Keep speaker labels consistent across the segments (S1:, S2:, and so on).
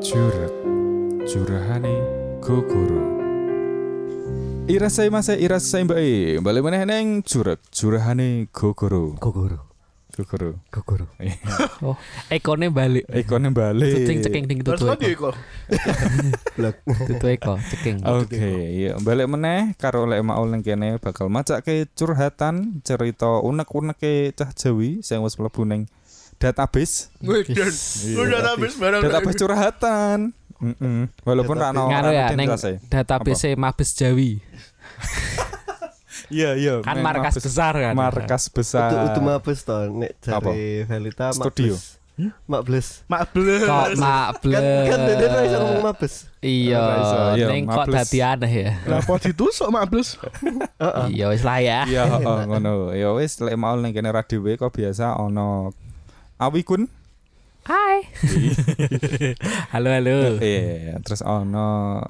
S1: Juret Jurahane Gogoro Irasai masai irasai mbae Balik mana neng Juret Jurahane Gogoro
S2: Gogoro
S1: Gogoro
S2: Gogoro
S1: Iya.
S3: Oh, ekornya balik.
S1: Ikonnya balik
S3: Cecing ceking ding
S4: Terus
S3: tutu
S4: kok
S3: eko.
S4: diikut.
S2: Blok
S3: Tutu eko ceking.
S1: Oke, iya. balik meneh karo lek mau ning kene bakal macake curhatan cerita unek-uneke cah Jawi sing wis mlebu ning database.
S4: Wedan.
S1: Iya,
S3: Yes.
S4: Lu udah habis barang.
S1: Database curhatan. Mm-mm. Walaupun ra ono
S3: Ngaruh
S1: ra
S3: ya
S1: ono
S3: neng
S1: identitasnya.
S3: database Mabes Jawi.
S1: Iya, iya.
S3: Kan
S1: neng
S3: markas
S1: mabes-
S3: besar kan.
S1: Markas besar.
S2: Itu itu mabes to nek
S1: Apa?
S2: jare Velita
S1: Studio.
S2: Mabes.
S4: Mak belas.
S3: Kok
S2: Kan kan dede ra iso ngomong
S3: mables.
S2: mabes.
S3: Iya,
S1: Ra iso, iya,
S3: neng kok
S1: mables.
S3: dadi aneh ya.
S4: Kenapa ditusuk mak belas?
S2: Heeh.
S3: Iya wis lah ya.
S1: Iya, heeh, ngono. Ya wis lek mau ning kene ra dhewe kok biasa ono Awi Kun.
S3: Hai. halo halo.
S1: Iya, terus ono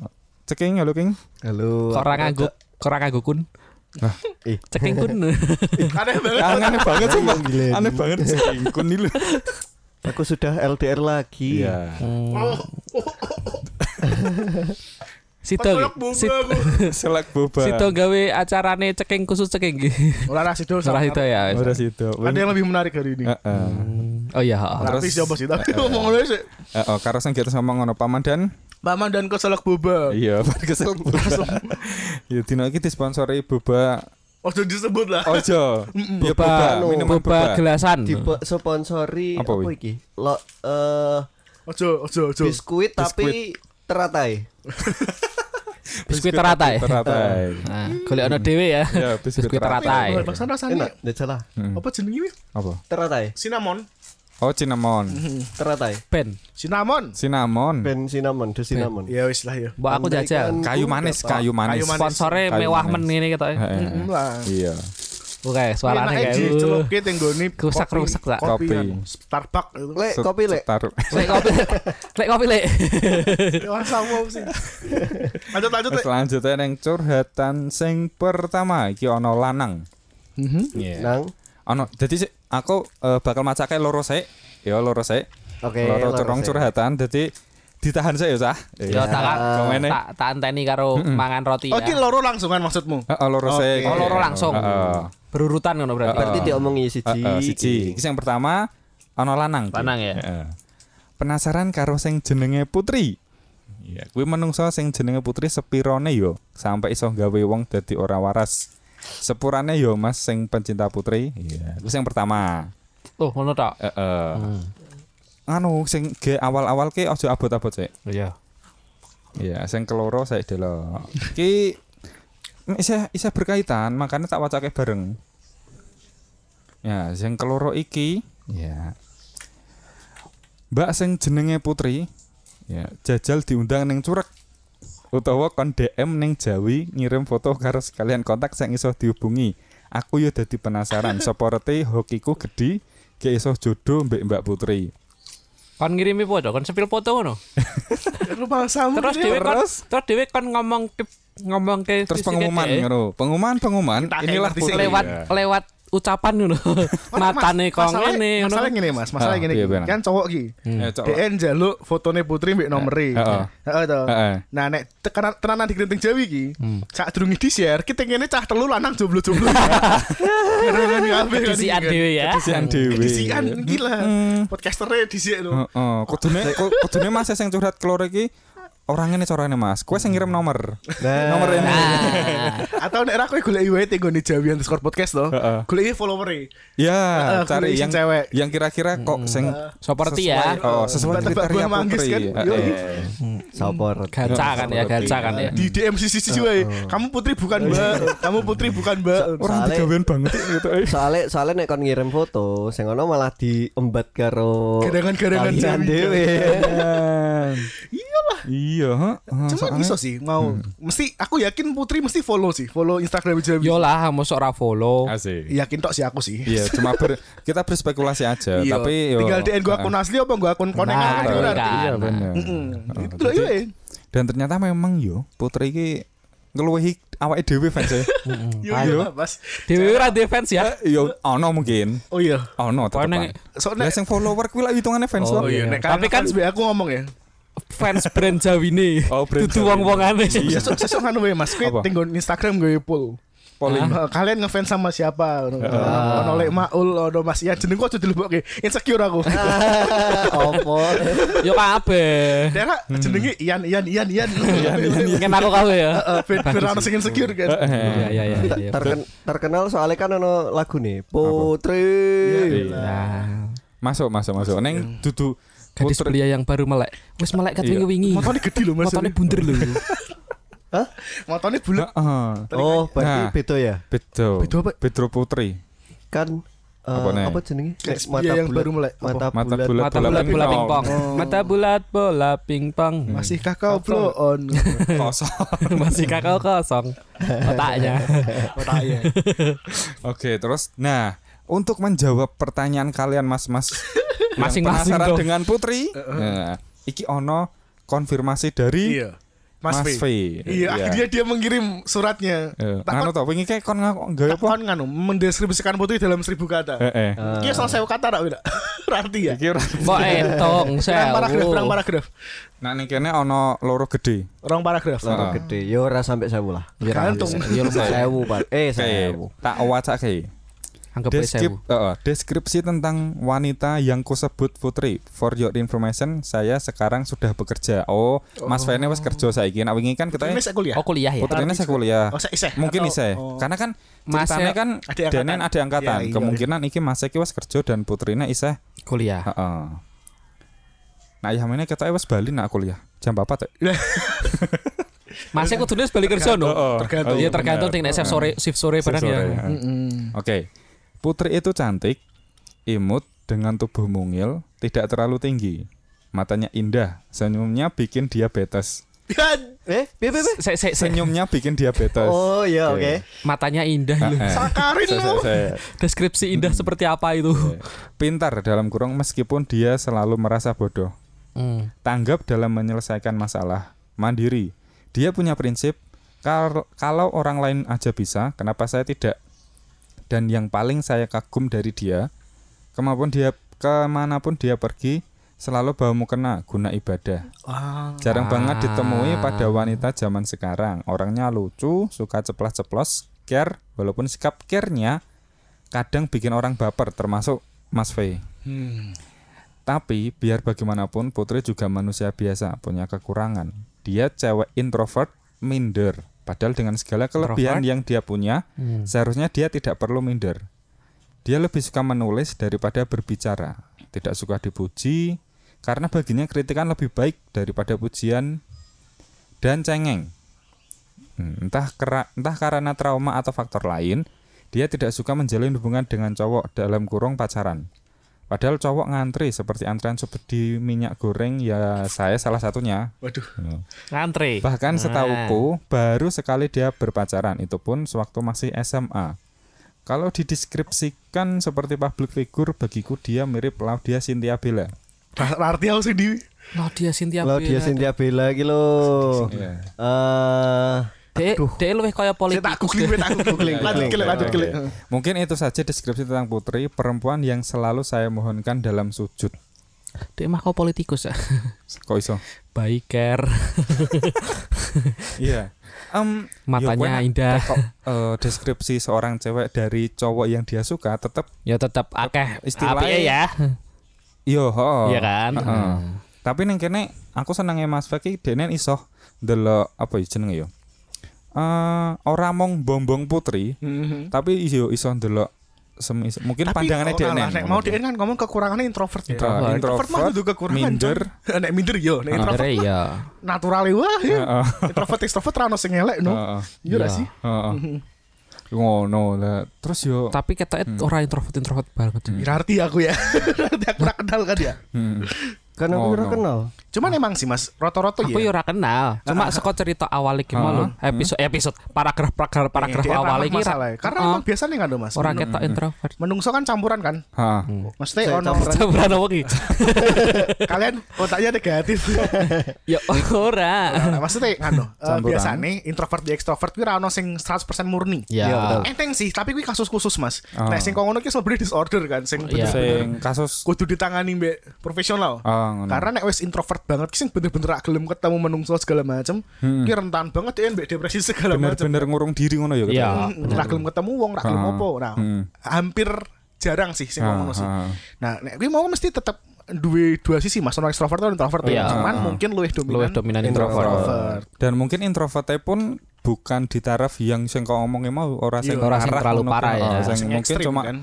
S1: Ceking, halo King.
S2: Halo.
S3: Kok ora
S2: aku
S3: nganggo kok ora nganggo kun.
S1: Hah?
S2: Ih.
S3: Ceking kun.
S4: Aneh banget.
S1: Aneh banget
S2: Ayo,
S1: sumpah.
S2: gila.
S1: Aneh banget Ceking Kun ini. lho.
S2: Dakota. Aku sudah LDR lagi.
S1: Iya.
S3: Hmm.
S4: Oh,
S3: Sito.
S4: Pacolok bunga
S3: Sito-
S4: aku.
S1: Selek boba.
S3: Sito gawe acarane ceking khusus ceking.
S4: Ora nasi dul.
S3: Ora itu ya.
S1: Ora situ.
S4: Ada yang lebih menarik hari ini.
S1: Heeh.
S3: Oh iya, heeh.
S1: Terus- Eh.
S4: Tapi siapa sih? Tapi ngomong ngono sih.
S1: Heeh, karo sing kita ngomong ngono Paman dan
S4: Paman dan kau selak boba.
S1: iya Pak kesel boba. Ya dino iki disponsori boba
S4: Ojo disebut lah.
S1: ojo. Ya
S3: boba,
S1: boba,
S2: anu,
S1: minuman boba.
S3: boba gelasan.
S2: Disponsori
S1: Hmm. Apa,
S2: apa,
S1: Wi?
S2: iki? Lo eh
S4: Ojo, ojo, ojo.
S2: biskuit tapi teratai.
S3: Biskuit teratai.
S1: Teratai.
S3: ya? Nah, golek ono dhewe ya.
S1: Ya biskuit
S3: Biskuit ya.
S1: teratai.
S3: teratai. Tai.
S4: Baksan rasanya
S2: Enak, enggak salah.
S4: ya? apa jenenge?
S1: Apa?
S2: Teratai,
S4: Cinnamon.
S1: Oh cinnamon.
S4: Mm-hmm.
S2: teratai.
S3: Ben,
S4: Cinnamon.
S1: Cinnamon.
S2: Ben cinnamon, the cinnamon.
S4: Ya wis lah ya.
S3: mbok aku jajal.
S1: Kayu manis, kayu manis.
S4: Kayu manis.
S3: Sponsore
S1: Kayu
S3: mewah
S1: manis.
S3: men ngene ketok.
S1: Heeh.
S4: Mm, lah.
S1: Iya.
S3: Oke, suarane
S4: Enaknya
S3: kayak. uh.
S4: dicelupke teng nggone
S3: Rusak-rusak, Cak.
S4: kopi.
S1: Kopi.
S4: kopian. Starbucks itu.
S2: Lek
S1: Set-
S2: kopi lek.
S1: setar-
S3: Lek kopi. Lek kopi lek.
S4: Wah, sama sih. Lanjut lanjut. Lek.
S1: Selanjutnya yang curhatan sing pertama iki ono lanang.
S2: Mm-hmm.
S1: Iya.
S2: Nang.
S1: Ono dadi sik, aku eh, bakal macake loro sik. Ya loro sik.
S2: Oke.
S1: Loro
S2: loro
S1: corong
S2: sik.
S1: curhatan dadi ditahan saya ya sah.
S3: Yo tak
S1: Kemene?
S3: tak tak anteni karo mangan roti
S4: Oh,
S3: ya.
S4: iki loro langsungan maksudmu?
S1: Heeh, loro sik.
S3: Oh, loro langsung.
S1: Heeh.
S3: Berurutan ngono
S1: Ah,
S2: Berarti
S3: berarti.
S2: diomongi siji.
S1: Heeh, siji. Iki sing pertama ono lanang. Ki.
S3: Lanang ya.
S1: Heeh. Penasaran karo sing jenenge Putri. Iya, kuwi menungso sing jenenge Putri sepirone yo sampai iso gawe wong dadi ora waras. Sepurane yo Mas sing pencinta Putri. Iya, kuwi sing pertama.
S3: Oh, ngono tok.
S1: Heeh. Hmm. Anu sing ge awal-awal ki aja abot-abot sik.
S3: Iya.
S1: Iya, sing keloro saya delok. Ki isih isih berkaitan, makanya tak wacake bareng. Ya, sing keloro iki, ya. Mbak sing jenenge Putri, ya, jajal diundang ning Curek. Utawa kon DM ning Jawi ngirim foto karo sekalian kontak sing iso dihubungi. Aku yo dadi penasaran, seperti hokiku gede, ge iso jodoh mbek Mbak Putri.
S3: Kon ngirimi foto, kon sepil foto ngono.
S4: Rumah sama.
S3: Terus dhewe kon terus dhewe kon ngomong ke ngomong ke
S1: Terus
S3: fisike
S1: pengumuman
S3: dhewe.
S1: ngono. Pengumuman pengumuman
S4: Kita kayak
S1: inilah
S4: ngerti sih.
S1: putri.
S3: lewat
S1: Iya.
S3: lewat ucapan ngono. Matane kok ngene ngono.
S4: Masalah gini Mas, masalah
S1: Ah,
S4: gini.
S1: iya,
S4: Ki.
S1: bener.
S4: Kan cowok iki.
S1: Eh, cok.
S4: DN jaluk fotone putri mbek nomere.
S1: Heeh.
S4: Heeh to.
S1: Heeh. Hmm.
S4: Nah nek tekanan tenanan di Grinting Jawi iki, sak durunge di-share, kita ngene cah telu lanang jomblo-jomblo. Keren kabeh.
S3: Disian dhewe ya.
S1: Sian dewe.
S4: Disian gila.
S1: Mm.
S4: Podcasternya disik lho.
S1: Heeh, kudune ku- kudune Mas sing curhat keloro iki orang ini carane Mas. Kowe sing ngirim nomor. Nomor ini.
S3: Nah,
S4: Atau nek ra kowe golek iwe teng nggone Jawi underscore podcast to.
S1: Heeh.
S4: Golek follower
S1: Ya,
S4: Heeh,
S1: cari
S4: kudu
S1: yang
S4: isi cewek.
S1: yang kira-kira kok sing
S3: seperti
S1: sesuai-
S3: ya.
S1: Oh, sesuai
S4: Tebak-tebakan
S1: kriteria
S4: manggis
S1: putri.
S4: kan?
S1: Heeh.
S4: Yo.
S2: Sopor.
S3: Gaca kan ya, gaca kan ya.
S4: di DM sisi sisi wae. Kamu putri bukan Mbak. Kamu putri bukan Mbak.
S1: Orang
S2: Soale-
S1: digawean banget gitu. eh.
S2: soalnya soalnya nek kon ngirim foto sing ono malah diembat karo
S4: Gedangan-gedangan
S2: kalian
S4: Jawi.
S2: dhewe
S4: Iyalah.
S1: Iya, heeh.
S4: Cuma
S1: soalnya- Hmm.
S4: iso sih mau. Mesti aku yakin Putri mesti follow sih, follow Instagram Jawi.
S3: Yo lah, mosok ora follow.
S1: Asik.
S4: Yakin tok sih aku sih.
S1: Iya, cuma ber- kita berspekulasi aja,
S4: Iya.
S1: tapi yo-
S4: tinggal DN gua akun asli apa gua
S1: Oh,
S4: akun konengan
S3: Nah,
S4: gitu
S3: iya.
S4: nanti.
S1: Iya, bener.
S4: Mm-mm.
S1: Heeh,
S4: Itu loh,
S1: jadi-
S4: iya.
S1: dan ternyata memang yo putri iki ngeluhi awake dhewe fans e.
S4: Yo yo iya, Mas.
S3: Dewi ora defense ya.
S1: yo ono mungkin.
S4: Oh iya.
S1: Ono tetep.
S3: Pokoknya-
S1: Lah
S4: Soalnya
S1: sing follower kuwi lah hitungane fans loh.
S3: Oh,
S4: Oh iya,
S3: Iya.
S4: nek
S3: Tapi
S4: tapi kan
S3: kan-
S4: aku ngomong ya.
S3: fans brand Jawine.
S1: Oh, brand Jawine.
S3: Dudu
S1: Iya.
S3: wong-wongane.
S4: Sesuk sesuk anu wae Mas, kuwi
S1: Apa?
S4: tinggon Instagram gue poll.
S1: Polling.
S4: Eh, Kalian ngefans sama siapa? Ngono. "Eh, Ono Lek Maul, ono Mas Ian jeneng kok aja dilebokke. Insecure aku.
S2: Opo.
S3: Yo kabeh.
S4: Daerah kan jenenge Ian Ian Ian Ian.
S3: Mungkin aku kabeh ya.
S4: Heeh, ben ben ono sing insecure kan.
S3: Iya iya iya. iya.
S2: Terken- terkenal soalnya kan ono lagu nih
S4: Iya,
S2: Putri. Oh,
S3: Nah,
S1: Masuk, masuk, masuk. Neng
S4: Iya.
S1: dudu
S3: gadis
S1: putri-
S3: belia yang baru melek. Wis melek kat
S1: Iya.
S3: wingi-wingi.
S4: Motone gede lho Mas.
S3: Motone bunder lho.
S2: Hah?
S4: Motone bulet.
S1: Heeh.
S2: Oh, berarti
S1: Nah.
S2: beda ya?
S1: Bedo.
S4: Bedo apa?
S1: Bedo putri.
S2: Kan eh,
S1: Apa nih?
S2: apa jenenge?
S4: Gadis
S2: Nek
S4: belia yang
S2: bulat-
S4: baru melek.
S2: Mata
S1: Mata
S2: bulat.
S1: bulat.
S3: Mata
S1: bola Hmm.
S3: bulat bola
S1: pingpong.
S3: pingpong. Mata bulat bola pingpong.
S4: Masihkah kau blow on?
S1: Kosong.
S3: Masih kakak kosong otaknya.
S4: Otaknya.
S1: Oke, terus nah, untuk menjawab pertanyaan kalian Mas-mas yang
S3: Masing-masing
S1: penasaran
S3: dong.
S1: dengan Putri. Nah, iki ono konfirmasi dari
S4: Iya. Mas,
S1: Mas V.
S4: V. Iya, akhirnya dia mengirim suratnya.
S1: Eh,
S4: Tak
S1: Anu
S4: kon-
S1: tau wingi kayak kon ngaku gawe
S4: tak
S1: apa?
S4: kon nganu mendeskripsikan putih dalam seribu kata.
S1: Heeh.
S4: Iya, salah saya kata rak tidak? Arti ya.
S1: Iki ora.
S3: Mbok entong
S4: Rang paragraf, rang
S3: sewu.
S4: paragraf.
S1: Nah, ning kene ono loro gede.
S4: Rang paragraf.
S2: Loro gede. Yo ora sampe 1000 lah.
S4: Gantung.
S3: Yo lumayan.
S2: Sewu, Pak. Eh,
S1: Oke,
S2: sewu.
S1: tak wacake.
S3: Anggap ae
S1: Deskrip,
S3: sewu.
S1: eh, deskripsi tentang wanita yang kusebut Putri. For your information, saya sekarang sudah bekerja. Oh, Mas Fene wis kerja saiki. Nek wingi kan kita
S4: Ini saya kuliah.
S3: Oh kuliah ya.
S1: Putri ini saya kuliah.
S4: Oh, saya iseh.
S1: Mungkin
S4: Atau-
S1: iseh.
S4: oh.
S1: Karena kan
S3: Mas
S1: ceritanya
S3: ya-
S1: kan
S4: adik angkatan.
S1: Denen ada angkatan.
S4: Ya, iya.
S1: Kemungkinan iki Mas iki wis kerja dan putrine iseh.
S3: Kuliah.
S1: Heeh. Nah, ya meneh ketoke wis bali nak kuliah. Jam ya? 4 teh.
S3: Masih kudune balik kerja no.
S4: tergantung.
S3: Iya tergantung ting nek shift sore shift sore barang ya.
S4: Mm-mm.
S1: Oke. Putri itu cantik, imut dengan tubuh mungil, tidak terlalu tinggi. Matanya indah, senyumnya bikin diabetes.
S4: Kan
S2: Eh, piye piye? piye?
S3: Se se se
S1: Senyumnya bikin diabetes.
S2: Oh, iya,
S1: Oke.
S2: oke.
S3: matanya indah lho.
S1: Heeh.
S4: sakarin
S1: Saya-
S4: lu.
S1: saya- saya-
S3: Deskripsi indah seperti apa itu?
S1: Pintar dalam kurung meskipun dia selalu merasa bodoh.
S3: Hmm.
S1: tanggap dalam menyelesaikan masalah, mandiri. Dia punya prinsip "Kal- kalau orang lain aja bisa, kenapa saya tidak? Dan yang paling saya kagum dari dia, kemapun dia kemanapun dia pergi, selalu bawa mukena guna ibadah.
S4: Ah,
S1: Jarang
S3: Ah.
S1: banget ditemui pada wanita zaman sekarang. Orangnya lucu, suka ceplas-ceplos, care, walaupun sikap care-nya kadang bikin orang baper, termasuk Mas V.
S4: hmm.
S1: Tapi biar bagaimanapun Putri juga manusia biasa, punya kekurangan. Dia cewek introvert, minder. Padahal dengan segala kelebihan yang dia punya, seharusnya dia tidak perlu minder. Dia lebih suka menulis daripada berbicara. Tidak suka dipuji karena baginya kritikan lebih baik daripada pujian dan cengeng. Hmm, Entah kera- entah karena trauma atau faktor lain, dia tidak suka menjalin hubungan dengan cowok dalam kurung pacaran. Padahal cowok ngantri seperti antrean seperti minyak goreng ya saya salah satunya.
S4: Waduh.
S3: Ngantri.
S1: Bahkan setauku baru sekali dia berpacaran itu pun sewaktu masih SMA. Kalau dideskripsikan seperti public figure bagiku dia mirip Laudia Cynthia Bella.
S4: Ra- Arti aku sih di
S3: Claudia Cynthia.
S2: Claudia
S3: Bella.
S2: Cynthia Bella iki lho.
S1: Iya.
S2: Eh,
S3: Dek, dek luwih kaya
S4: Saya tak
S3: politikus.
S4: googling, saya tak googling. Lanjut kelek, lanjut kelek.
S1: Mungkin itu saja deskripsi tentang Putri, perempuan yang selalu saya mohonkan dalam sujud.
S3: Dek mah kau politikus ya.
S1: Kok iso?
S3: Biker.
S1: Iya. Em,
S3: Matanya
S1: ya, kuenak
S3: indah.
S1: tekok, eh, deskripsi seorang cewek dari cowok yang dia suka tetap
S3: Ya tetap akeh
S1: Istilahnya-
S3: apike ya.
S1: yo ho.
S3: Iya kan?
S1: Heeh.
S4: Hmm.
S1: Tapi neng kene aku senenge Mas Feki dene iso delok apa ya jenenge ya. Eh ora mung bombong putri,
S4: Mhm.
S1: tapi yo iso delok semi mungkin pandangannya
S4: kok
S1: dene.
S4: kalah, Nek oh, mau dene kan ngomong kekurangannya introvert ya.
S1: Introvert.
S4: Introvert mah
S1: Introvert,
S4: kudu kekurangan.
S1: minder.
S4: Jon. Nek minder yo, nek introvert
S3: Ngantri ya.
S4: natural wah. ya. Introvert extrovert ra ono sing elek no.
S1: Heeh.
S4: Iya ra
S3: Iya.
S4: sih?
S1: Heeh.
S4: Mhm.
S1: Ngono lah. Terus yo
S3: Tapi ketoke ora introvert introvert banget.
S4: Ya, Berarti aku ya. Berarti aku ra kenal kan ya.
S1: hmm.
S2: kan
S1: Oh,
S2: aku
S1: no.
S2: ora kenal.
S4: Cuman emang sih Mas, rata-rata
S3: Aku ya ora kenal. Cuma saka cerita awal iki mau lho. Episode episode paragraf paragraf paragraf
S4: Iya, Dia
S3: awal
S4: ramah
S3: iki ra-
S4: masalah ya. Karena
S3: Oh,
S4: emang biasanya kan Mas.
S3: ora
S4: menung-
S3: ketok introvert.
S4: Menungso kan campuran kan.
S1: Ha.
S4: Maksudnya ono
S3: Campuran apa iki?
S4: kalian otaknya negatif.
S3: Ya ora.
S4: Nah, Maksudnya nganu, eh,
S1: Campuran.
S4: biasane introvert di extrovert kuwi ra ono sing 100% murni.
S3: Ya.
S2: Iya, betul.
S4: Enteng sih, tapi kuwi kasus khusus, Mas.
S1: Oh.
S4: Nah, sing kok ngono ki sebenarnya disorder kan, sing
S3: Ah. Iya.
S4: bener-bener
S1: Sing kasus
S4: kudu ditangani mbek profesional.
S1: Ah, ngono.
S4: Karena nek wis introvert awkward banget sing bener-bener rak gelem ketemu menungso segala macem
S1: Hmm.
S4: ki rentan banget ya mbek depresi segala macem
S1: bener-bener ngurung diri ngono ya
S3: Iya.
S1: katanya.
S4: Hmm, rak gelem ketemu wong rak gelem
S1: Ah.
S4: opo nah
S1: Hmm.
S4: hampir jarang sih sing
S1: Ah,
S4: ngomong ngono sih
S1: ah.
S4: nah nek kuwi mau mesti tetep duwe dua sisi mas ono ekstrovert ono introvert ya.
S3: Iya.
S4: cuman
S1: Ah.
S4: mungkin luwih
S3: Luwih
S4: dominan
S3: dominan
S2: introvert.
S3: introvert.
S4: introvert
S1: Dan mungkin introvertnya pun bukan di taraf yang sing kau omongnya mau orang sing
S4: Iya.
S3: Orang sing
S1: parah
S3: terlalu
S1: ngono
S3: parah
S1: kuwi.
S3: ya.
S1: Oh, sing
S4: Sing
S1: mungkin
S4: ekstrim,
S1: cuma
S4: kan.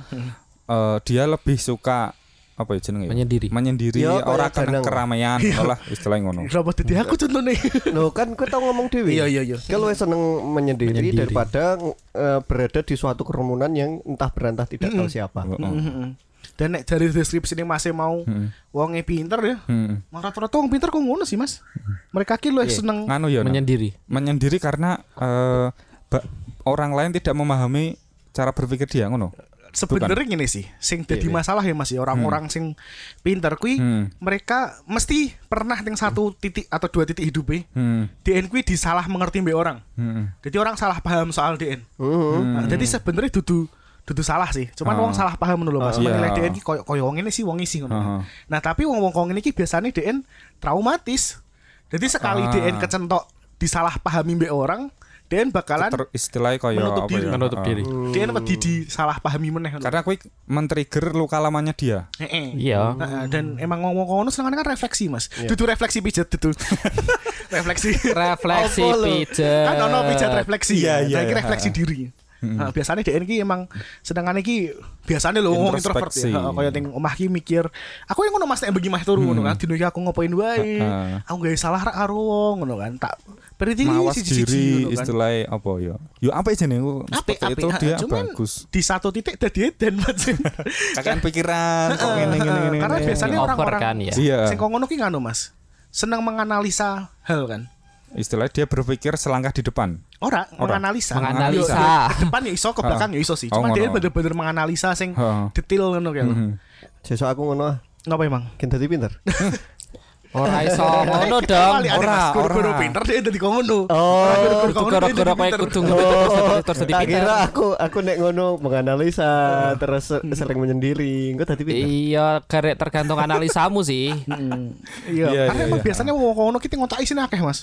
S1: eh, dia lebih suka apa ya jenenge?
S3: Menyendiri.
S1: Menyendiri
S2: Iya,
S4: ya,
S2: kayak
S1: orang kena
S2: kadang.
S1: keramaian
S4: Iya.
S1: lah istilahnya ngono.
S4: Robot jadi aku contohnya
S2: Loh kan gue tau ngomong dewi
S4: Iya, iya, iya.
S2: Kalau seneng menyendiri,
S3: Menyendiri.
S2: daripada eh, berada di suatu kerumunan yang entah berantah tidak tahu siapa.
S1: Heeh.
S4: Mm-mm. dan nek dari deskripsi ini masih mau wonge pinter ya
S1: Heeh.
S4: Emang rata-rata wong pinter kok ngono sih mas Mereka ki luwih seneng
S1: Nganu ya. Nak?
S3: Menyendiri.
S4: Iya,
S1: menyendiri karena eh, ba- orang lain tidak memahami cara berpikir dia ngono.
S4: Sebenernya gini sih Sing jadi masalah ya mas ya Orang-orang sing pinter
S1: Iya,
S4: kui
S1: Hmm.
S4: Mereka mesti pernah yang satu titik atau dua titik e, hidupnya
S1: Hmm.
S4: DN kui disalah mengerti mbak orang
S1: Hmm.
S4: Jadi orang salah paham soal DN
S2: Heeh.
S4: Nah, Jadi sebenernya dudu Dudu salah sih Cuman wong salah paham dulu mas
S1: Ah, iya.
S4: Menilai DN ki koyo koyo wong ini sih wong isi ngono.
S1: Ah.
S4: Nah tapi wong wong ini ki biasanya DN traumatis Jadi sekali
S1: Ah.
S4: DN kecentok Disalahpahami mbak orang DN bakalan
S1: Ter istilahnya kaya
S4: Menutup
S1: apa
S4: diri.
S1: ya?
S3: Menutup
S1: Ah.
S3: diri.
S4: DN wedi disalahpahami meneh ngono.
S1: Karena kuwi men-trigger luka lamanya dia.
S4: Heeh.
S3: Iya.
S4: Heeh, dan emang ngomong ngono senengane kan refleksi, Mas.
S1: Iya.
S4: Dudu refleksi pijet dudu. refleksi.
S3: Refleksi
S2: Apa lo?
S3: pijet. Hmm.
S4: kan ono pijet refleksi.
S1: Iya,
S4: ya
S1: iya,
S4: Nah, iki
S1: iya.
S4: refleksi diri. Nah, biasanya DN ki emang senengane ki biasanya lho ngomong introvert
S1: Introspeksi.
S4: ya. Heeh, Kaya teng omah ki mikir, aku yang ngono Mas nek bagi Mas turu ngono
S3: Hmm.
S4: kan dino iki aku ngopoin wae.
S1: Heeh.
S4: Aku gak salah rak karo wong ngono kan. Tak Berarti
S1: Mawas
S4: siji-siji
S1: diri
S4: ngono kan.
S1: istilahnya apa ya? Yo apa jenenge seperti
S4: Apik, apik,
S1: itu
S4: heeh.
S1: dia
S4: Cuman
S1: bagus.
S4: di satu titik dadi edan Mas.
S1: Kakek pikiran kok
S4: Heeh,
S1: ngene ngene
S4: heeh.
S1: ngene.
S4: Eh, Karena
S1: ngene.
S4: biasanya
S3: Over
S4: orang-orang
S3: kan ya.
S1: Iya.
S4: Sing kok ngono ki nganu Mas. Seneng menganalisa hal kan.
S1: Istilahnya dia berpikir selangkah di depan.
S4: Ora, menganalisa.
S3: Menganalisa.
S4: Yo, yo, Ke depan ya iso, ke belakang ya iso sih.
S1: Oh,
S4: Cuman dia
S1: ngono. Mm-hmm.
S4: bener-bener menganalisa sing
S1: Heeh.
S4: detail ngono kayak.
S2: Sesuk aku ngono ah,
S4: Ngapa emang?
S2: kan dadi pinter.
S3: Ora iso ngono
S4: Kita
S3: dong.
S4: kali ada
S1: Ora,
S4: Mas guru-guru
S1: ora.
S4: pinter dia dadi kok ngono.
S2: Oh,
S4: Ora, guru-guru kok ngono, dia
S3: Goro-goro
S4: jadi
S3: kowe
S4: pinter. Ah.
S3: kudu ngerti terus terus terus jadi
S2: tak
S3: pinter.
S2: kira aku aku nek ngono menganalisa terus se- sering menyendiri. Engko dadi pinter.
S3: Iya, karek tergantung analisamu sih.
S4: Iya,
S1: Iya, iya,
S4: karena
S1: Hmm.
S4: emang
S1: iya.
S4: biasanya wong ngono kita ngontaki sini akeh, Mas.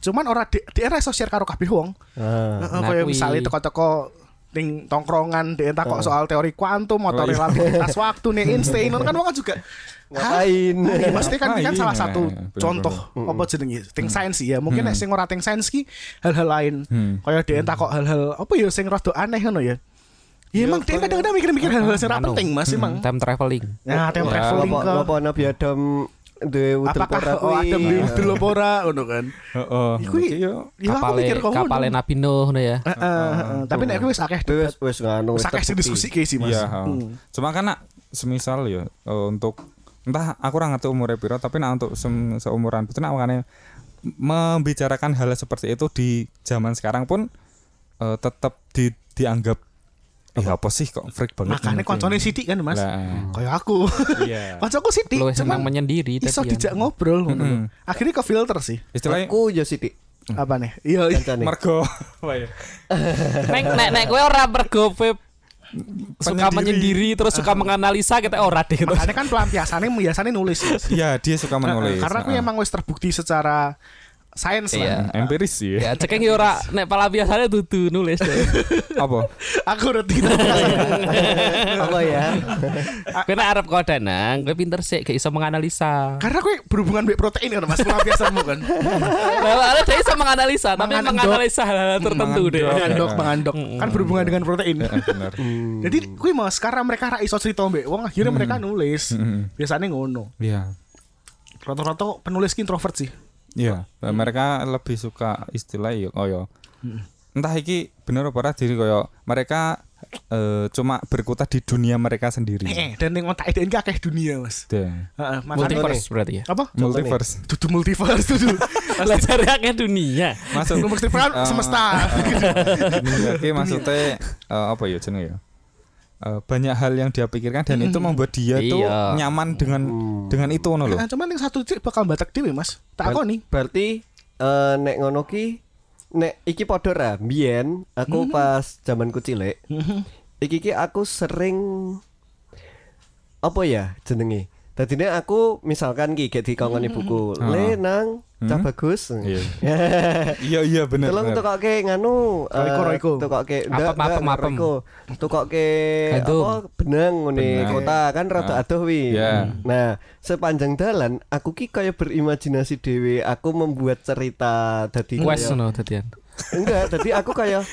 S4: Cuman ora di- dia ora iso share karo kabeh wong.
S2: Ah.
S4: Heeh,
S3: Nah,
S4: Kayak
S3: kui.
S4: ya, misalnya teko-teko ting tongkrongan dia takok soal teori kuantum,
S3: Oh,
S4: motor
S3: iya.
S4: relativitas waktu nih Einstein kan wong juga Hah?
S2: Ngapain?
S4: Iya, maksudnya
S3: Ah,
S4: kan ini kan
S1: Ngapain?
S4: salah satu
S1: Nah, bener-bener.
S4: contoh apa jenenge
S3: Mm.
S4: ting sains sih ya. Mungkin nek sing ora ting sains ki hal-hal lain.
S3: Mm.
S4: Kayak dia takok hal-hal apa ya sing rada aneh ngono ya. Ya emang dia kadang-kadang mikir-mikir hal-hal sing ora
S3: Anu.
S4: penting Mas emang.
S3: Time traveling.
S4: Nah, tem traveling
S2: Apa
S4: ke
S2: apa Nabi Adam duwe udel
S4: apakah
S2: pora
S4: oh,
S2: kuwi?
S4: adem
S3: Iya.
S4: di dulu ora ngono kan.
S1: Heeh. Iya.
S4: Iku
S1: yo.
S4: ya aku
S3: Oh, Kapale
S4: mikir kok ngono.
S3: kapale Nabi Nuh ngono ya.
S4: Heeh, heeh. Tapi nek aku wis akeh
S2: Duwe Wis wis ngono.
S4: wis akeh sing diskusi ki sih Mas.
S1: Iya. ha. Cuma kan nak semisal ya eh, untuk entah aku ora ngerti umure piro tapi nak untuk sem- seumuran itu nak makanya membicarakan hal seperti itu di zaman sekarang pun eh, tetap di- dianggap eh apa sih kok freak banget.
S4: Makane koncone sithik kan Mas.
S1: Lah, eh.
S4: Kayak aku.
S1: Iya.
S4: Kancaku sithik.
S3: Lu
S4: cuman
S3: senang menyendiri
S4: iso
S3: tadi ya.
S4: dijak ngobrol ngono lho. Akhirnya ke filter sih.
S1: Istilahnya
S2: Aku yo sithik.
S4: Apa nih? Iya, iya.
S2: Kancane.
S1: mergo apa ya?
S3: Nek nek nek kowe ora bergope suka menyendiri terus suka menganalisa kita ora deh gitu.
S4: Makanya kan pelampiasannya biasanya nulis. Mas.
S1: Iya, dia suka menulis. Ah.
S4: Karena aku
S1: Heeh.
S4: emang Ah. wis terbukti secara sains
S3: Iya.
S4: lah.
S1: empiris sih.
S3: Ya cekeng yo ora nek pala biasanya dudu nulis deh.
S1: Apa?
S4: Aku udah tidak.
S2: Apa ya?
S3: Kowe nek arep kode nang, kowe pinter sih gak iso menganalisa.
S4: Karena aku berhubungan dengan protein kan mas pelampiasanmu kan.
S3: Lah ada iso menganalisa, tapi
S4: Mengandok.
S3: menganalisa hal-hal tertentu deh. Hmm.
S1: Mengandok.
S4: Mengandok,
S1: Iya.
S4: mengandok. Kan berhubungan dengan protein.
S1: Heeh, Iya, benar.
S4: Jadi kui mas sekarang mereka ra iso cerita mbek wong akhirnya mereka nulis. Biasanya ngono.
S1: Iya.
S4: Rata-rata penulis ki introvert sih.
S1: Iya, mereka lebih suka istilah yo koyo.
S4: Hmm.
S1: Entah iki bener apa ora diri koyo mereka eh, cuma berkutat di dunia mereka sendiri.
S4: Eh, dan yang otak itu akeh dunia mas.
S1: Deh.
S4: Heeh, makanya-
S3: Multiverse berarti ya.
S4: Apa?
S1: Multiverse.
S4: Dudu multiverse dudu.
S3: Lah cari akeh dunia.
S1: Masuk
S4: Nomor strip kan
S1: Eh,
S4: semesta.
S1: dunia iki maksudnya eh, apa ya jenenge ya? Eh, banyak hal yang dia pikirkan dan itu
S4: Hmm.
S1: membuat dia tuh
S3: Iya.
S1: nyaman dengan dengan itu ngono lho.
S4: Nah, cuman yang satu titik bakal batak dewe mas. Tak
S2: Ber-
S4: kok nih.
S2: Berarti eh, nek ngono ki nek iki padha ra biyen aku
S4: Hmm.
S2: pas zamanku cilik. Iki ki aku sering apa ya jenenge? Tadinya aku misalkan ki kayak
S4: Hmm.
S2: dikongkon ibuku, "Le nang, cah bagus."
S1: Iya. Iya iya bener.
S2: Tolong
S1: bener.
S2: tukokke nganu eh,
S4: Roiko, roiko.
S2: Tukokke
S3: Apem,
S2: ndak, ndak,
S3: apem,
S2: ndak,
S3: apem.
S2: roiko. Tukokke
S3: Gadung.
S2: apa benang ngene
S1: Benang.
S2: kota kan rada adoh wi.
S1: Iya.
S2: Nah, sepanjang dalan aku ki kaya berimajinasi dhewe, aku membuat cerita dadi
S3: Quest
S2: kaya-
S3: ngono tadian.
S2: Enggak, tadi aku kaya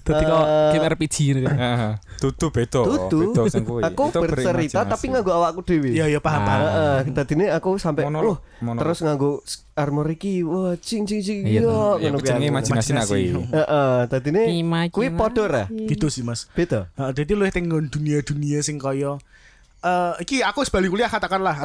S3: Dadi kok
S2: Eh,
S3: game RPG ini. kan,
S1: Heeh. Tutu
S3: Oh,
S1: beto.
S2: tutu.
S1: Beto sing kuwi.
S2: Aku
S1: Itu
S2: bercerita
S1: berimajinasi.
S2: tapi nganggo awakku dhewe.
S4: Iya, iya paham, paham.
S2: Heeh, tadine aku sampai
S1: Monolog,
S2: loh
S1: monolog.
S2: terus nganggo s- armor iki. Wah, cing cing cing.
S3: Iya,
S2: Iya,
S1: Ya
S2: ngono
S1: jenenge
S2: kuwi aku.
S1: imajinasi nak kuwi.
S4: Imajinasi.
S2: Heeh, tadine
S3: Imajinasi.
S2: kuwi padha ra?
S4: Gitu sih Mas.
S2: Beda.
S4: Heeh, jadi lu teng nggon dunia-dunia sing kaya eh iki aku sebalik kuliah katakanlah